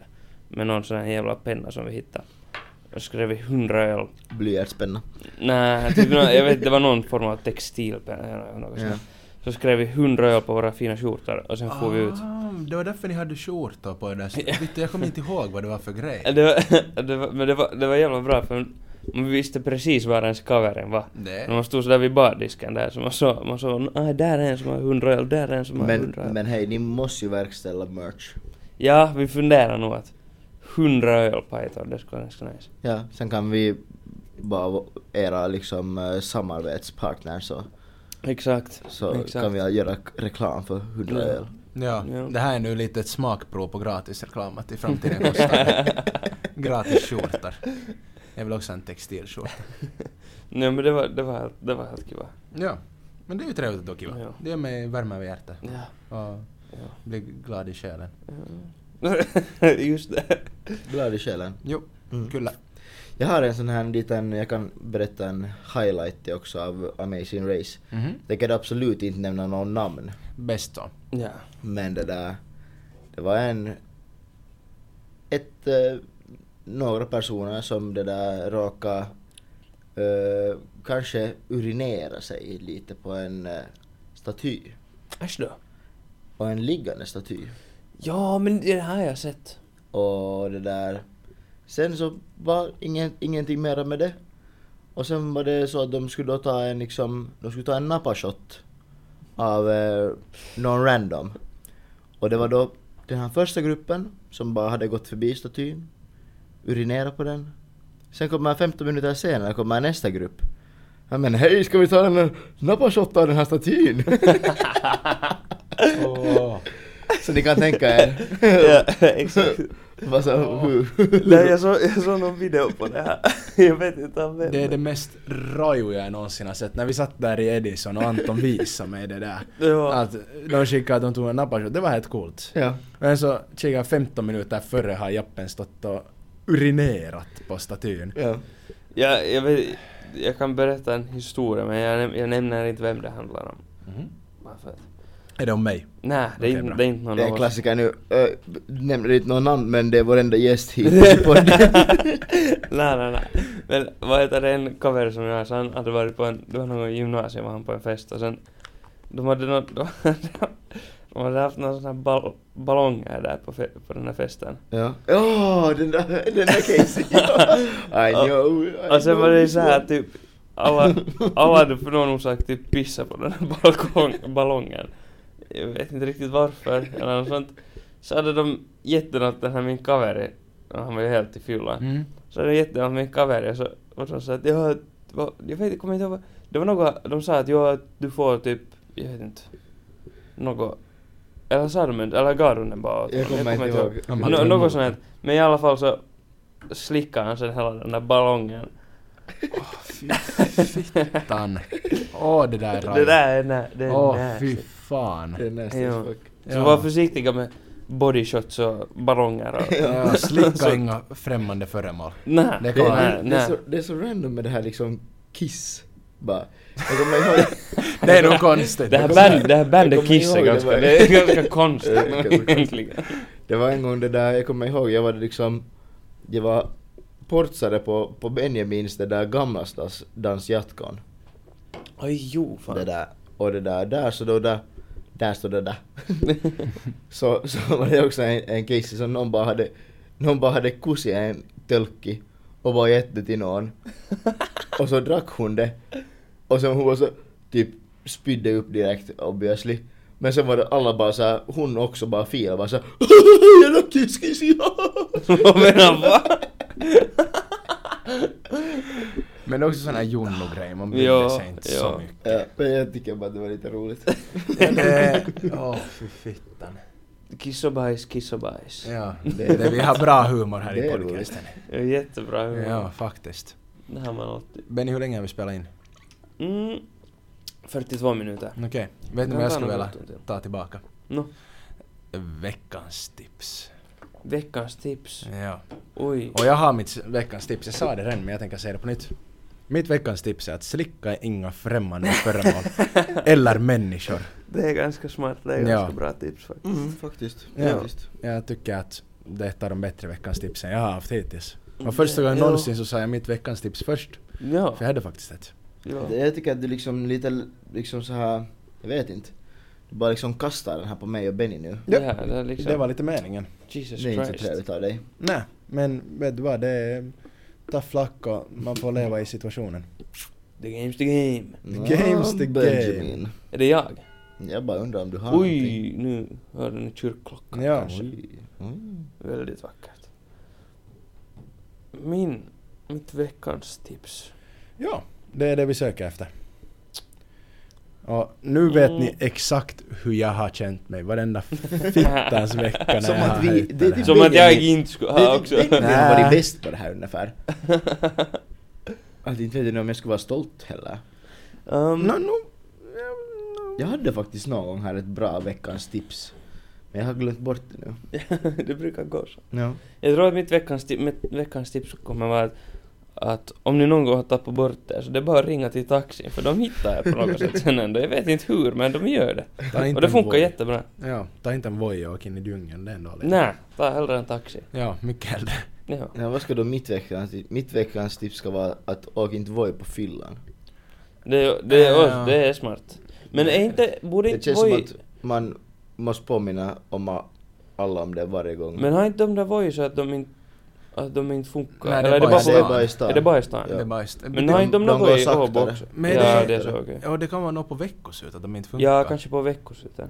Speaker 1: med någon sån här jävla penna som vi hittade. Och skrev vi 100 öl.
Speaker 2: Blyertspenna.
Speaker 1: Nej, typ, nå- jag vet det var någon form av textilpenna eller något
Speaker 2: Ja.
Speaker 1: sånt. Så skrev vi 100 öl på våra fina skjortor och sen får vi ut.
Speaker 3: Ah, det var därför ni hade skjortor på er där. Vittu, jag kommer inte ihåg vad det var för grej.
Speaker 1: Det var, det var, men det var, det var jävla bra för man visste precis var ens kaverin var.
Speaker 3: Det.
Speaker 1: När man stod sådär vid bardisken där så man såg, man såg, ah, där är en som har 100 öl, där är en som har
Speaker 2: Men,
Speaker 1: 100 öl.
Speaker 2: men hej, ni måste ju verkställa merch.
Speaker 1: Ja, vi funderar nog att 100 öl på ett år, det skulle vara ganska nice.
Speaker 2: Ja, sen kan vi bara vara era liksom eh, samarbetspartners och
Speaker 1: Exakt.
Speaker 2: så
Speaker 1: Exakt.
Speaker 2: kan vi göra k- reklam för 100
Speaker 1: Ja.
Speaker 2: öl.
Speaker 3: Ja,
Speaker 1: Ja.
Speaker 3: det här är nu lite ett smakprov på gratis reklam att i framtiden kostar det. gratis skjortor. Jag vill också ha en textilskjorta.
Speaker 1: Nej men det var, det var, det var helt kiva.
Speaker 3: Ja, men det är ju trevligt att åka
Speaker 1: Ja.
Speaker 3: ja. Det gör mig värme över hjärtat
Speaker 1: Ja.
Speaker 3: och
Speaker 1: Ja.
Speaker 3: blir glad i själen.
Speaker 1: Just det.
Speaker 2: Glad i själen.
Speaker 3: Jo,
Speaker 2: Mm.
Speaker 3: kyllä.
Speaker 2: Jag har en sån här liten, jag kan berätta en highlight också av Amazing Race.
Speaker 3: Mhm.
Speaker 2: Jag kan absolut inte nämna någon namn,
Speaker 3: Bäst så.
Speaker 1: Ja.
Speaker 2: men det där, det var en, ett, eh, några personer som det där råkade eh, kanske urinera sig lite på en eh, staty.
Speaker 1: Äsch då.
Speaker 2: och en liggande staty.
Speaker 1: Ja men det här har jag sett.
Speaker 2: Och det där. Sen så var ingen, ingenting mera med det. Och sen var det så att de skulle då ta en liksom, de skulle ta en napashot av eh, någon random. Och det var då den här första gruppen som bara hade gått förbi statyn, urinerat på den. Sen kommer 15 minuter senare kommer nästa grupp. Ja men hej, ska vi ta en napashot av den här statyn? Så ni kan tänka er
Speaker 1: ja, exakt.
Speaker 2: vad som, hur,
Speaker 1: Nej, jag, såg, jag såg någon video på det här. Jag vet inte av vem.
Speaker 3: Det är det mest rajuga jag någonsin har sett. När vi satt där i Edison och Anton visade mig det där.
Speaker 1: Det var-
Speaker 3: Att de skickade att de tog en nappashot, det var helt coolt.
Speaker 2: Ja.
Speaker 3: Men så kikade jag 15 minuter före har jappen stått och urinerat på statyn.
Speaker 2: Ja.
Speaker 1: Jag, jag, vet, jag kan berätta en historia, men jag, näm- jag nämner inte vem det handlar om.
Speaker 3: Mhm.
Speaker 1: Varför?
Speaker 3: Är det om mig?
Speaker 1: Nej, det är,
Speaker 3: Okej,
Speaker 1: inte,
Speaker 3: bra.
Speaker 1: det är inte någon
Speaker 2: Det är
Speaker 1: av
Speaker 2: en
Speaker 1: oss.
Speaker 2: klassiker nu. Ö, nämner inte någon namn men det är vår enda gäst hit på podden.
Speaker 1: nej, nej, nej. Men vad heter det, en cover som jag sa, han hade varit på en, det var någon gång i gymnasiet var han på en fest och sen, de hade, nå, de, hade- de hade haft några sådana ball, ballonger där på, fe, på den här festen.
Speaker 2: Ja. Åh, den där, den där Casey. Ja. I know. I
Speaker 1: Och sen
Speaker 2: know
Speaker 1: var det
Speaker 2: this
Speaker 1: så här
Speaker 2: one.
Speaker 1: typ, alla, alla hade för någon orsak typ pissat på den här balkong, ballongen. Jag vet inte riktigt varför eller något sånt. Så hade de gett den åt den här min kaveri, och han var ju helt i fyllan.
Speaker 3: Mm.
Speaker 1: Så hade de gett den åt min kaveri och så och så sa att jag, jag vet inte, kommer inte ihåg vad- Det var något, de sa att ja, du får typ, jag vet inte, något. Eller sa de inte, eller gav de den bara åt
Speaker 2: Jag
Speaker 1: honom?
Speaker 2: kommer inte ihåg.
Speaker 3: Han
Speaker 1: Nå-
Speaker 3: hade
Speaker 1: något
Speaker 3: en-
Speaker 1: sånt här. Men i alla fall så slickade han sen hela den där ballongen.
Speaker 3: Fittan. Åh det där är
Speaker 1: Det
Speaker 3: rajigt.
Speaker 1: där är nä, det är
Speaker 3: Åh fy
Speaker 1: nasty.
Speaker 3: fan.
Speaker 2: Den där ställs
Speaker 1: Ja.
Speaker 2: fuck.
Speaker 1: Så
Speaker 3: Ja.
Speaker 1: var försiktiga med bodyshots och ballonger och...
Speaker 3: Ja, slicka inga främmande föremål.
Speaker 1: Nä,
Speaker 2: Det
Speaker 3: Det kan
Speaker 1: nä,
Speaker 2: är, det, är
Speaker 1: nä.
Speaker 2: så, det är så random med det här liksom Kiss. Bara. Jag kommer ihåg.
Speaker 3: Det är nog konstigt.
Speaker 1: Det här band- det här bandet
Speaker 2: Jag kommer
Speaker 1: Kiss är
Speaker 2: ihåg det
Speaker 1: ganska,
Speaker 2: var-
Speaker 1: det är ganska
Speaker 2: Det är ganska
Speaker 1: konstigt
Speaker 2: konstigt.
Speaker 1: egentligen.
Speaker 2: Det var en gång det där, jag kommer ihåg, jag var liksom, jag var portsare på, på Benjamins det där gamla stads dansjatkon.
Speaker 1: Oj jo fan.
Speaker 2: Det där, och det där, där så då där, där stod det där. så, så var det också en, en kisse som någon bara hade, någon bara hade kusit en tölkki och bara gett det till någon. och så drack hon det. Och sen hon var så, typ spydde upp direkt obviously. Men sen var det alla bara såhär, hon också bara filade bara såhär Jag drack kiss kiss
Speaker 1: Vad menar va?
Speaker 3: Men också sån här Junno-grej, man
Speaker 1: Ja,
Speaker 3: bryr sig inte
Speaker 1: ja.
Speaker 3: så mycket.
Speaker 2: Ja, men jag tycker bara att det var lite roligt.
Speaker 3: Åh, fy fittan.
Speaker 1: Kiss och bajs, kiss och bajs.
Speaker 3: Ja, det, det, vi har bra humor här
Speaker 2: Det
Speaker 3: i
Speaker 2: är
Speaker 3: podcasten.
Speaker 1: Det är Jättebra humor.
Speaker 3: Ja, faktiskt.
Speaker 1: Det har man alltid.
Speaker 3: Benny, hur länge har vi spelat in?
Speaker 1: Mm. 42 minuter.
Speaker 3: Okej, vet ni
Speaker 1: Men
Speaker 3: vad jag
Speaker 1: fan,
Speaker 3: skulle
Speaker 1: har vi
Speaker 3: vilja
Speaker 1: gjort en till?
Speaker 3: ta tillbaka?
Speaker 1: Nå,
Speaker 3: Veckans tips.
Speaker 1: veckans tips.
Speaker 3: Ja.
Speaker 1: Oj.
Speaker 3: Och jag har mitt veckans tips, jag sa det redan men jag tänker säga det på nytt. Mitt veckans tips är att slicka inga främmande föremål. eller människor.
Speaker 1: Det är ganska smart, det är
Speaker 3: Ja.
Speaker 1: ganska bra tips Mm, faktiskt.
Speaker 2: faktiskt.
Speaker 3: Ja.
Speaker 2: faktiskt.
Speaker 3: Jag tycker att det är ett av de bättre veckans tipsen jag har haft hittills.
Speaker 1: Mm,
Speaker 3: Och första gången
Speaker 1: ja.
Speaker 3: någonsin så sa jag mitt veckans tips först.
Speaker 1: Ja.
Speaker 3: För jag hade faktiskt ett.
Speaker 1: ja.
Speaker 2: Det- Jag tycker att du liksom lite, liksom så här, jag vet inte. Du bara liksom kastar den här på mig och Benny nu.
Speaker 1: Ja, det är liksom...
Speaker 3: Det var lite meningen.
Speaker 1: Jesus
Speaker 2: Det är inte så
Speaker 1: Christ.
Speaker 2: trevligt av dig.
Speaker 3: Nej, men vet du vad, det är... Ta flack och man får leva i situationen.
Speaker 1: The game's the game.
Speaker 2: Nå,
Speaker 3: game's the game.
Speaker 2: Benjamin.
Speaker 1: Är det jag?
Speaker 2: Jag bara undrar om du har någonting.
Speaker 1: Oj, nu hörde ni kyrkklockan
Speaker 3: Ja.
Speaker 1: kanske.
Speaker 2: Oj. Mm.
Speaker 1: Väldigt vackert. Min, mitt veckans tips.
Speaker 3: Ja, det är det vi söker efter. Och nu vet
Speaker 1: Mm.
Speaker 3: ni exakt hur jag har känt mig varenda fittans vecka när
Speaker 2: Som
Speaker 3: jag
Speaker 2: att
Speaker 3: har
Speaker 2: vi-
Speaker 3: hittat
Speaker 2: det är
Speaker 3: det här.
Speaker 2: typ-
Speaker 1: Som att jag
Speaker 2: Benjamin.
Speaker 1: inte skulle ha också.
Speaker 2: Det- Benjamin har
Speaker 3: Nä.
Speaker 2: varit bäst på det här ungefär. Att inte vet jag om jag skulle vara stolt heller.
Speaker 1: um,
Speaker 3: Nå, nå,
Speaker 2: Jag hade faktiskt någon gång här ett bra veckans tips. Men jag har glömt bort det nu.
Speaker 1: det brukar gå så.
Speaker 2: Ja.
Speaker 1: Jag tror att mitt veckans, ti- mitt veckans tips kommer vara att, att om ni någon gång har tappat bort det så det är bara att ringa till taxin för de hittar er på något sätt sen ändå. Jag vet inte hur men de gör det.
Speaker 3: ta inte
Speaker 1: Och det
Speaker 3: en
Speaker 1: funkar
Speaker 3: Voi.
Speaker 1: jättebra.
Speaker 3: Ja, ta inte en Voi och åk in i djungeln, det är en dålig
Speaker 1: Nej, ta hellre en taxi.
Speaker 3: Ja, mycket hellre.
Speaker 1: Ja.
Speaker 2: Ja, vad ska då mitt veckans tips? Mitt veckans tips ska vara att åk inte voj på fyllan.
Speaker 1: Det, det, är,
Speaker 3: Ja.
Speaker 1: det är smart. Men är inte, borde
Speaker 2: Det
Speaker 1: inte
Speaker 2: känns som
Speaker 1: Voi...
Speaker 2: att man måste påminna om a- alla om det varje gång.
Speaker 1: Men har inte de där Voi så att de inte, att de inte funkar?
Speaker 3: Nej, det
Speaker 1: Eller
Speaker 3: är
Speaker 1: är det bara
Speaker 3: bara i
Speaker 1: på-
Speaker 2: det är bara i
Speaker 3: stan.
Speaker 2: stan.
Speaker 1: Är det bara i stan?
Speaker 2: Ja.
Speaker 3: Det är bara just...
Speaker 1: Men har inte de
Speaker 2: de går
Speaker 1: något i
Speaker 2: saktare.
Speaker 1: Åbo också?
Speaker 3: Men
Speaker 1: ja,
Speaker 3: det-
Speaker 1: det är så okej.
Speaker 3: Ja, det kan vara något på veckoslut, att de inte funkar.
Speaker 1: Ja, kanske på veckosluten.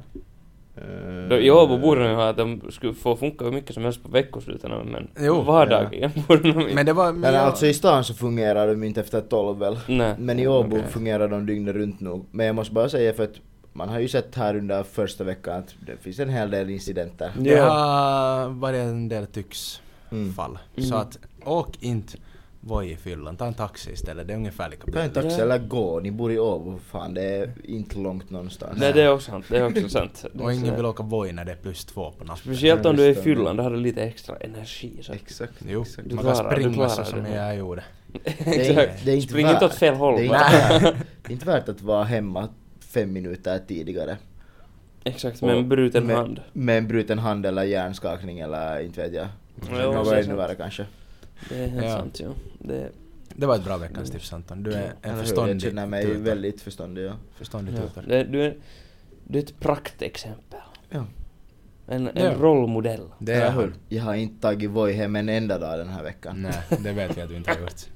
Speaker 2: Eh,
Speaker 1: Då, I Åbo borde de ha att de skulle få funka hur mycket som helst på veckosluten men
Speaker 3: Jo,
Speaker 1: vardagligen borde de
Speaker 3: Men det var...
Speaker 2: Men alltså i stan så fungerar de inte efter tolv väl?
Speaker 1: Nej.
Speaker 2: Men i Åbo
Speaker 1: Okej.
Speaker 2: fungerar de dygnet runt nog. Men jag måste bara säga för att man har ju sett här under första veckan att det finns en hel del incidenter.
Speaker 1: Ja.
Speaker 3: Det har varit en del
Speaker 2: Mm.
Speaker 3: tycksfall.
Speaker 1: Mm.
Speaker 3: Så att åk inte voi i fyllan, ta en taxi istället. Det är ungefär lika
Speaker 2: Ta en
Speaker 3: billigt.
Speaker 2: taxi
Speaker 1: Ja.
Speaker 2: eller gå, ni bor i Åbo, fan det är inte långt någonstans.
Speaker 1: Nej det är också sant, det är också sant. Det är
Speaker 3: Och ingen
Speaker 1: sådär.
Speaker 3: vill åka voi när det är plus två på natten.
Speaker 1: Speciellt om du är i
Speaker 2: Just det.
Speaker 1: fyllan, då har du lite extra energi. Så.
Speaker 2: Exakt.
Speaker 3: Jo,
Speaker 2: exakt.
Speaker 1: Du
Speaker 3: Liksom. man kan
Speaker 1: klarar- du
Speaker 3: springa
Speaker 1: klarar
Speaker 3: så
Speaker 1: det.
Speaker 3: som jag gjorde.
Speaker 2: Det är,
Speaker 1: Exakt.
Speaker 2: det är inte
Speaker 1: Spring
Speaker 2: värt.
Speaker 1: inte åt fel håll
Speaker 2: Det är, inte
Speaker 1: bara.
Speaker 2: värt, det är inte värt att vara hemma fem minuter tidigare.
Speaker 1: Exakt,
Speaker 2: Och
Speaker 1: med en bruten
Speaker 2: med,
Speaker 1: hand.
Speaker 2: Med en bruten hand eller hjärnskakning eller inte vet jag.
Speaker 1: Jo,
Speaker 2: Något
Speaker 1: det är
Speaker 2: ännu
Speaker 1: sant.
Speaker 2: värre kanske.
Speaker 1: Det är helt
Speaker 3: Ja.
Speaker 1: sant ju. Det är
Speaker 3: Det var ett bra veckans tips Anton. Du är en
Speaker 2: Eller hur?
Speaker 3: förståndig
Speaker 2: Jag känner mig
Speaker 3: tuta.
Speaker 2: väldigt förståndig. Ja.
Speaker 3: Förståndig
Speaker 1: Ja.
Speaker 3: tuta.
Speaker 1: Det, du, är, du är ett praktexempel.
Speaker 2: Ja.
Speaker 1: En, en
Speaker 3: Ja.
Speaker 1: rollmodell.
Speaker 3: Det är
Speaker 2: Eller hur?
Speaker 3: han.
Speaker 2: Jag har inte tagit Voi hem en enda dag den här veckan.
Speaker 3: Nej, det vet jag att du inte har gjort.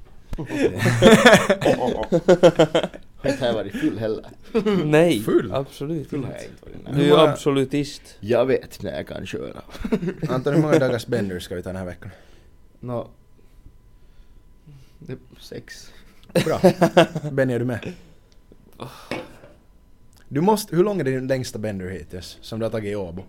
Speaker 2: Har inte jag varit full heller.
Speaker 1: Nej,
Speaker 3: Full.
Speaker 1: absolut
Speaker 2: Full har jag
Speaker 1: inte.
Speaker 2: inte varit.
Speaker 1: Du är
Speaker 2: Nej.
Speaker 3: Hur
Speaker 1: ju
Speaker 3: många-
Speaker 1: absolutist.
Speaker 2: Jag vet när jag kan köra.
Speaker 3: Anton, hur många dagars bender ska vi ta den här veckan?
Speaker 2: Nå... Det- Sex.
Speaker 3: Bra. Benny, är du med? Du måste, hur lång är din längsta bender hittills? Som du har tagit i Åbo?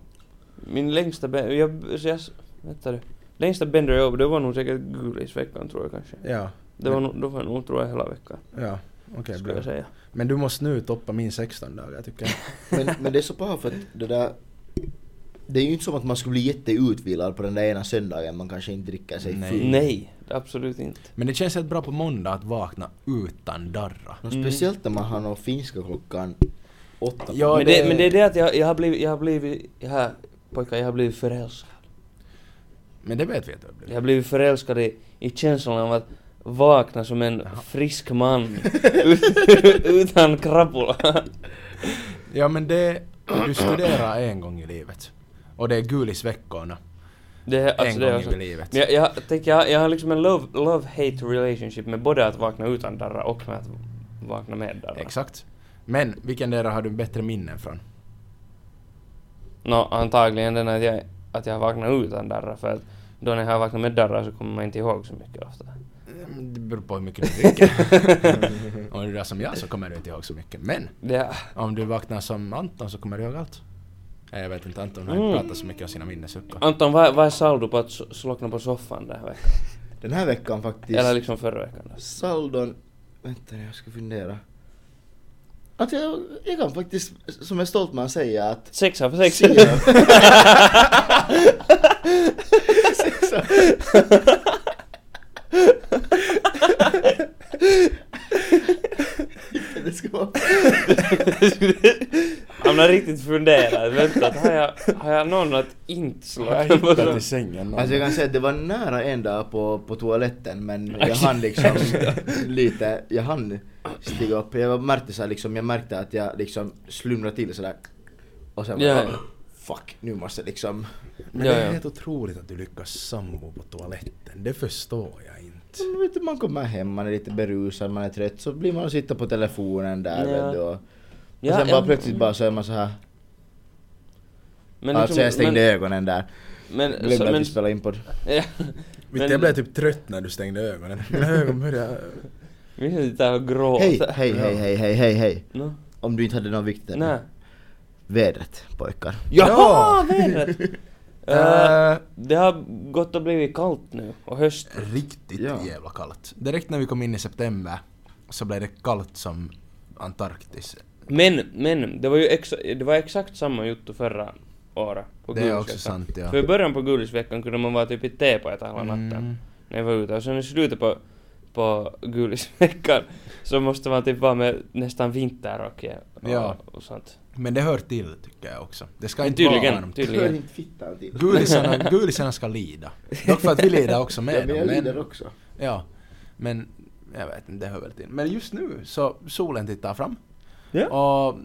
Speaker 1: Min längsta bender, jag, så jag, vänta du. Längsta bender jag jobbade, det var nog säkert gulisveckan tror jag kanske.
Speaker 3: Ja.
Speaker 1: Det var nog, då var jag nog tror jag hela veckan.
Speaker 3: Ja, okej
Speaker 1: skulle
Speaker 3: bra.
Speaker 1: jag säga.
Speaker 3: Men du måste nu toppa min 16 dagar tycker jag.
Speaker 2: Men, men det är så paha för att det där... Det är ju inte som att man skulle bli jätteutvilad på den där ena söndagen man kanske inte dricker sig
Speaker 3: Nej.
Speaker 2: full.
Speaker 1: Nej, absolut inte.
Speaker 3: Men det känns helt bra på måndag att vakna utan darra.
Speaker 2: Nå,
Speaker 1: Mm.
Speaker 2: speciellt när man har någon finska klockan åtta. på
Speaker 3: Ja,
Speaker 1: men, det,
Speaker 3: det-
Speaker 1: men det är det att jag, jag har blivit, jag har blivit, jag har, pojkar, jag har blivit förälskad.
Speaker 3: Men det vet vi att du har
Speaker 1: Jag
Speaker 3: blivit.
Speaker 1: har blivit förälskad i, i känslan av att vakna som en
Speaker 3: Jaha.
Speaker 1: frisk man utan krapula.
Speaker 3: Ja men det, du studerar en gång i livet. Och det är gulisveckorna.
Speaker 1: Det, är- alltså,
Speaker 3: en
Speaker 1: det är
Speaker 3: gång
Speaker 1: också-
Speaker 3: i livet.
Speaker 1: Men jag, jag, tänk, jag, jag har liksom en love- love-hate relationship med både att vakna utan darra och med att vakna med darra.
Speaker 3: Exakt. Men vilken där har du bättre minnen från?
Speaker 1: Nå, antagligen den att jag, att jag har vaknat utan darra för att då när jag har vaknat med darra så kommer man inte ihåg så mycket ofta.
Speaker 3: Det beror på hur mycket du dricker. om du är som jag så kommer du inte ihåg så mycket. Men
Speaker 1: Det,
Speaker 3: om du vaknar som Anton så kommer du ihåg allt. Nej, Jag vet inte, Anton har
Speaker 1: Mm.
Speaker 3: inte pratat så mycket om sina minnesluckor.
Speaker 1: Anton, vad, vad är saldo på att s- slockna på soffan den här veckan?
Speaker 2: Den här veckan faktiskt.
Speaker 1: Eller liksom förra veckan?
Speaker 2: Saldon... Vänta nu, jag ska fundera. Att jag, jag kan faktiskt, som en stolt man, säga att...
Speaker 1: Sex av sex.
Speaker 2: Sia- det ska vara...
Speaker 1: Han har riktigt funderat. Vänta, har jag, har jag någon att inte slockna på soffan?
Speaker 3: sängen
Speaker 2: Alltså jag kan säga att det var nära en dag på, på toaletten men jag
Speaker 1: Äsch.
Speaker 2: hann liksom lite, jag hann stiga upp. Jag var- märkte så här, liksom, jag märkte att jag liksom slumrade till sådär. Och sen var
Speaker 1: Ja,
Speaker 2: jag
Speaker 1: ja.
Speaker 2: fuck, nu måste jag liksom...
Speaker 3: Men
Speaker 1: Ja,
Speaker 3: det
Speaker 1: ja.
Speaker 3: är helt otroligt att du lyckas sambo på toaletten. Det förstår jag inte.
Speaker 2: Men Vet du, man kommer hem, man är lite berusad, man är trött, så blir man och sitter på telefonen där
Speaker 1: Ja.
Speaker 2: vet du. Och, och
Speaker 1: Ja,
Speaker 2: sen
Speaker 1: ja.
Speaker 2: bara plötsligt bara så är man så här.
Speaker 1: Men liksom-
Speaker 2: alltså jag stängde
Speaker 1: men,
Speaker 2: ögonen där.
Speaker 1: men,
Speaker 2: Glömde
Speaker 1: så,
Speaker 2: att
Speaker 1: men,
Speaker 2: vi spelade in på det.
Speaker 1: ja,
Speaker 3: Vet du, jag blev typ trött när du stängde ögonen. Mina ögon började...
Speaker 1: vi sitter här och gråter.
Speaker 2: Hej, hej, hej, hej, hej, hej, hej.
Speaker 1: No?
Speaker 2: Om du inte hade något viktigt. ämne.
Speaker 1: Nej.
Speaker 2: Vädret pojkar.
Speaker 1: Jaha, vädret! Eh,
Speaker 3: Äh,
Speaker 1: det har gått och blivit kallt nu och höst.
Speaker 3: riktigt
Speaker 2: Ja.
Speaker 3: jävla kallt. Direkt när vi kom in i september så blev det kallt som Antarktis.
Speaker 1: Men, men, det var ju exa- det var exakt samma juttu förra året. på
Speaker 3: Det är
Speaker 1: Gulisveckan.
Speaker 3: också sant ja. Mm.
Speaker 1: För i början på gulisveckan kunde man vara typ i teepajat hela natten när jag var ute och sen i slutet på, på gulisveckan så måste man typ vara med nästan vinterrock och,
Speaker 3: Ja.
Speaker 1: och sånt.
Speaker 3: Men det hör till tycker jag också. Det ska
Speaker 1: Men
Speaker 3: inte
Speaker 1: tydligen,
Speaker 3: vara varmt.
Speaker 1: tydligen.
Speaker 2: Hör inte fittan till.
Speaker 3: Gulisarna, gulisarna ska lida. Dock för att vi lider också med
Speaker 2: Ja, men jag
Speaker 3: dem,
Speaker 2: lider också.
Speaker 3: Ja, men jag vet inte, det hör väl till. Men just nu så solen tittar fram.
Speaker 1: Ja.
Speaker 3: Och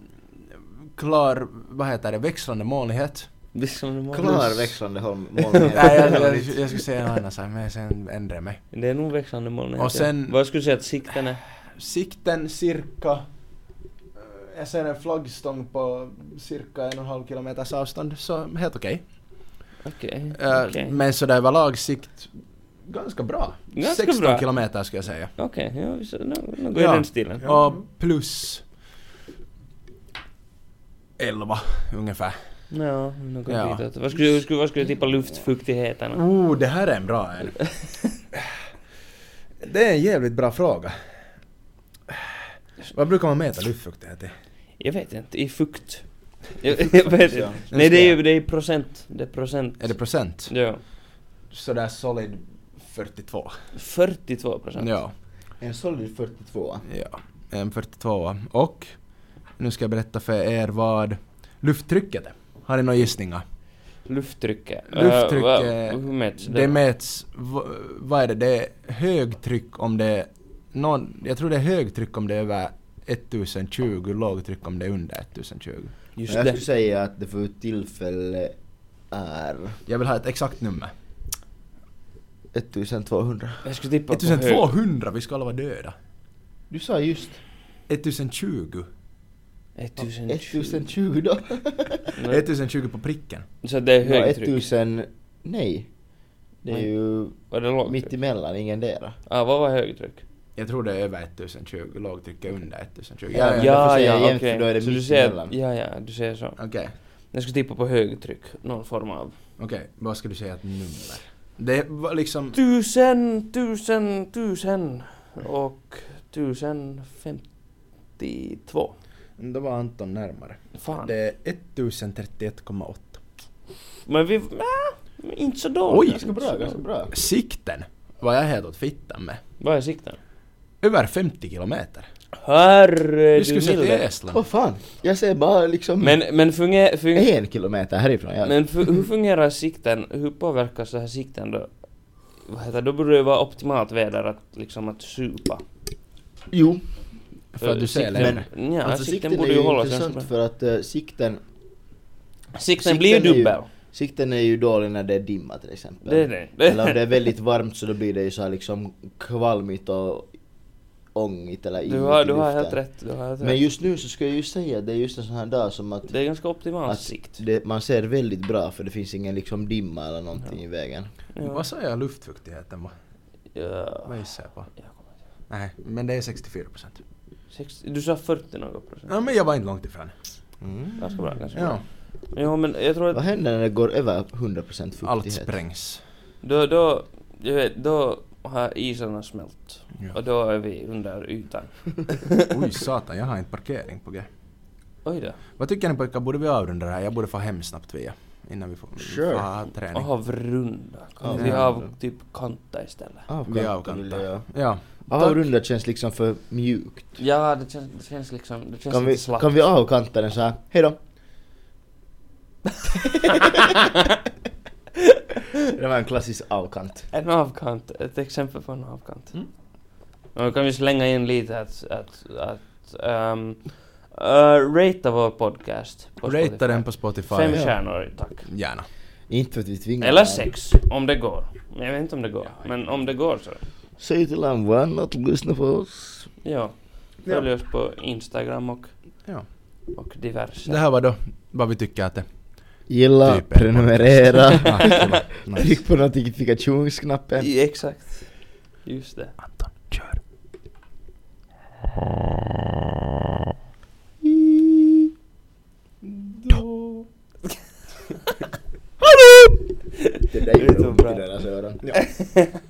Speaker 3: klar, vad heter det, växlande molnighet.
Speaker 1: Det är som det var.
Speaker 2: Klar växlande holm.
Speaker 3: Nej, jag, jag, jag skulle säga något annat, så här, men sen ändrar jag mig.
Speaker 1: Det är nog växande moln.
Speaker 3: Och sen-
Speaker 1: Vad skulle du säga att sikten är?
Speaker 3: Sikten cirka, eh, jag ser en flaggstång på cirka en och en halv kilometers avstånd, så helt okej.
Speaker 1: Okej.
Speaker 3: Eh,
Speaker 1: okej.
Speaker 3: Men sådär överlag sikt, ganska bra.
Speaker 1: Ganska
Speaker 3: 16
Speaker 1: bra.
Speaker 3: kilometer skulle jag säga.
Speaker 1: Okej, ja, så nå- något i
Speaker 3: Ja.
Speaker 1: den stilen.
Speaker 3: Och plus elva ungefär.
Speaker 1: Ja, något
Speaker 3: Ja.
Speaker 1: ditåt. Vad skulle, hur skulle, vad skulle jag tippa luftfuktigheten?
Speaker 3: Oh, det här är en bra en. Det är en jävligt bra fråga. Vad brukar man mäta luftfuktighet i?
Speaker 1: Jag vet inte, i fukt. Jag, jag vet
Speaker 2: ja.
Speaker 1: inte. Nej det är ju det är procent. Det är procent.
Speaker 3: Är det procent?
Speaker 1: Ja.
Speaker 3: Sådär solid 42.
Speaker 1: 42 procent.
Speaker 3: Ja.
Speaker 2: En solid 42.
Speaker 3: Ja, en 42 Och nu ska jag berätta för er vad lufttrycket är. Har ni några gissningar?
Speaker 1: Lufttrycket.
Speaker 3: Lufttrycket-
Speaker 1: Eh, vad- hur mäts det?
Speaker 3: Det mäts, v- vad är det, det är högtryck om det är någon, jag tror det är högtryck om det är över 1020, lågtryck om det är under 1020.
Speaker 1: Just
Speaker 2: jag
Speaker 1: det.
Speaker 2: skulle säga att det för tillfället är
Speaker 3: Jag vill ha ett exakt nummer.
Speaker 2: 1200.
Speaker 1: Jag skulle tippa på hög.
Speaker 3: 1200, vi ska alla vara döda.
Speaker 2: Du sa just
Speaker 3: 1020.
Speaker 1: 1000.
Speaker 2: 1020 då?
Speaker 1: Nej,
Speaker 3: 1020 på pricken.
Speaker 1: Så det är
Speaker 2: Ja,
Speaker 1: högtryck.
Speaker 2: 1000... Nej. Det är
Speaker 1: Nej.
Speaker 2: ju
Speaker 1: Var det lågtryck?
Speaker 2: mitt emellan, ingendera.
Speaker 1: ah, vad var högtryck?
Speaker 3: Jag tror det är över 1020, lågtryck är under 1020.
Speaker 2: Ja, men därför
Speaker 1: Ja,
Speaker 2: säger jag
Speaker 1: ja,
Speaker 2: jämt, för
Speaker 1: okej.
Speaker 2: då är det
Speaker 1: Så du
Speaker 2: mitt
Speaker 1: säger,
Speaker 2: emellan.
Speaker 1: ja, ja, du säger så.
Speaker 3: Okej.
Speaker 1: Jag skulle tippa på högtryck. Någon form av.
Speaker 3: Okej, vad ska du säga ett nummer? Det var liksom...
Speaker 1: Tusen, tusen, tusen och tusen femtiotvå.
Speaker 3: Då var Anton närmare.
Speaker 1: Fan.
Speaker 3: Det är 1031,8.
Speaker 1: Men vi... Nä, inte så
Speaker 3: Oj,
Speaker 1: dåligt.
Speaker 2: Ganska bra, ganska bra.
Speaker 3: Sikten var jag helt åt fittan med.
Speaker 1: Vad är sikten?
Speaker 3: Över 50 kilometer.
Speaker 1: Herre
Speaker 3: Vi
Speaker 1: du
Speaker 3: skulle se till
Speaker 1: milde.
Speaker 3: Estland.
Speaker 2: Vad fan? Jag ser bara liksom
Speaker 1: Men, men, funger, funger,
Speaker 2: en kilometer härifrån. Jag,
Speaker 1: men fu- hur fungerar sikten? Hur påverkas så här sikten då? Vad heter, då borde det vara optimalt väder att liksom att supa.
Speaker 2: jo,
Speaker 3: För att du ser
Speaker 1: sikten,
Speaker 3: längre.
Speaker 1: men, ja,
Speaker 2: alltså
Speaker 1: sikten,
Speaker 2: sikten är
Speaker 1: borde
Speaker 2: ju
Speaker 1: ju hålla sig.
Speaker 2: intressant för att eh, sikten,
Speaker 1: Sikten, blir ju
Speaker 2: sikten är ju-
Speaker 1: dubbel.
Speaker 2: sikten är ju dålig när det är dimma till exempel.
Speaker 1: Det är det.
Speaker 2: Eller om det är väldigt varmt så då blir det ju så här liksom kvalmigt och ångigt eller
Speaker 1: Du
Speaker 2: inget
Speaker 1: har,
Speaker 2: i
Speaker 1: du har
Speaker 2: luften.
Speaker 1: helt rätt. Du har helt
Speaker 2: Men
Speaker 1: rätt.
Speaker 2: just nu så ska jag ju säga att det är just en sån här dag som att,
Speaker 1: Det är ganska optimal
Speaker 2: att
Speaker 1: sikt.
Speaker 2: det, man ser väldigt bra för det finns ingen liksom dimma eller någonting i vägen.
Speaker 1: Ja.
Speaker 3: Vad sa jag luftfuktigheten var?
Speaker 1: Ja.
Speaker 3: Vad gissade jag på? Nej, men det är 64 procent.
Speaker 1: 60, du sa 40 något procent.
Speaker 3: Ja, men jag var inte långt ifrån. Mm.
Speaker 1: Ganska bra, ganska bra.
Speaker 3: Ja.
Speaker 1: Ja, men jag tror att
Speaker 2: Vad händer när det går över 100% fuktighet?
Speaker 3: Allt sprängs.
Speaker 1: Då, då, jag vet, då har isarna smält.
Speaker 3: Ja.
Speaker 1: Och då är vi under ytan.
Speaker 3: Oj satan, jag har inte parkering på G.
Speaker 1: Oj då.
Speaker 3: Vad tycker ni pojkar, borde vi avrunda det här? Jag borde få hem snabbt via. Innan vi får, vi
Speaker 2: Sure.
Speaker 3: får ha träning.
Speaker 1: Avrunda. Kan vi
Speaker 2: Avrunda.
Speaker 1: av typ kanta istället?
Speaker 3: Vi
Speaker 2: Avkantar vill jag
Speaker 3: avkantar.
Speaker 2: göra.
Speaker 3: Ja.
Speaker 2: Avrunda känns liksom för mjukt.
Speaker 1: Ja, det känns, det känns liksom, det känns
Speaker 2: Kan vi,
Speaker 1: lite slappt.
Speaker 2: kan vi avkanta den såhär, hejdå? det var en klassisk avkant.
Speaker 1: En avkant, ett exempel på en avkant.
Speaker 3: Mm.
Speaker 1: Och då kan vi slänga in lite att, att, att um, uh, ratea vår podcast. på Spotify.
Speaker 3: Ratea den på Spotify.
Speaker 1: Fem
Speaker 2: ja.
Speaker 1: stjärnor, tack.
Speaker 3: Gärna.
Speaker 2: Inte för att vi tvingar
Speaker 1: Eller
Speaker 2: någon.
Speaker 1: sex, om det går. Jag vet inte om det går, men om det går så.
Speaker 2: Säg till en vän att lyssna på oss.
Speaker 1: Ja.
Speaker 3: Ja.
Speaker 1: Följ oss på Instagram och,
Speaker 3: Ja.
Speaker 1: och diverse.
Speaker 3: Det här var då vad vi tycker att det
Speaker 2: Gilla,
Speaker 3: Typ en
Speaker 2: prenumerera,
Speaker 3: Ah, kiva. Nice.
Speaker 2: tryck på notifikationsknappen.
Speaker 1: I, exakt. Just det.
Speaker 3: Anton, kör.
Speaker 2: Det där
Speaker 1: Det är
Speaker 2: gjorde
Speaker 1: så
Speaker 2: ont i
Speaker 1: bra.
Speaker 2: deras öron.
Speaker 3: Ja.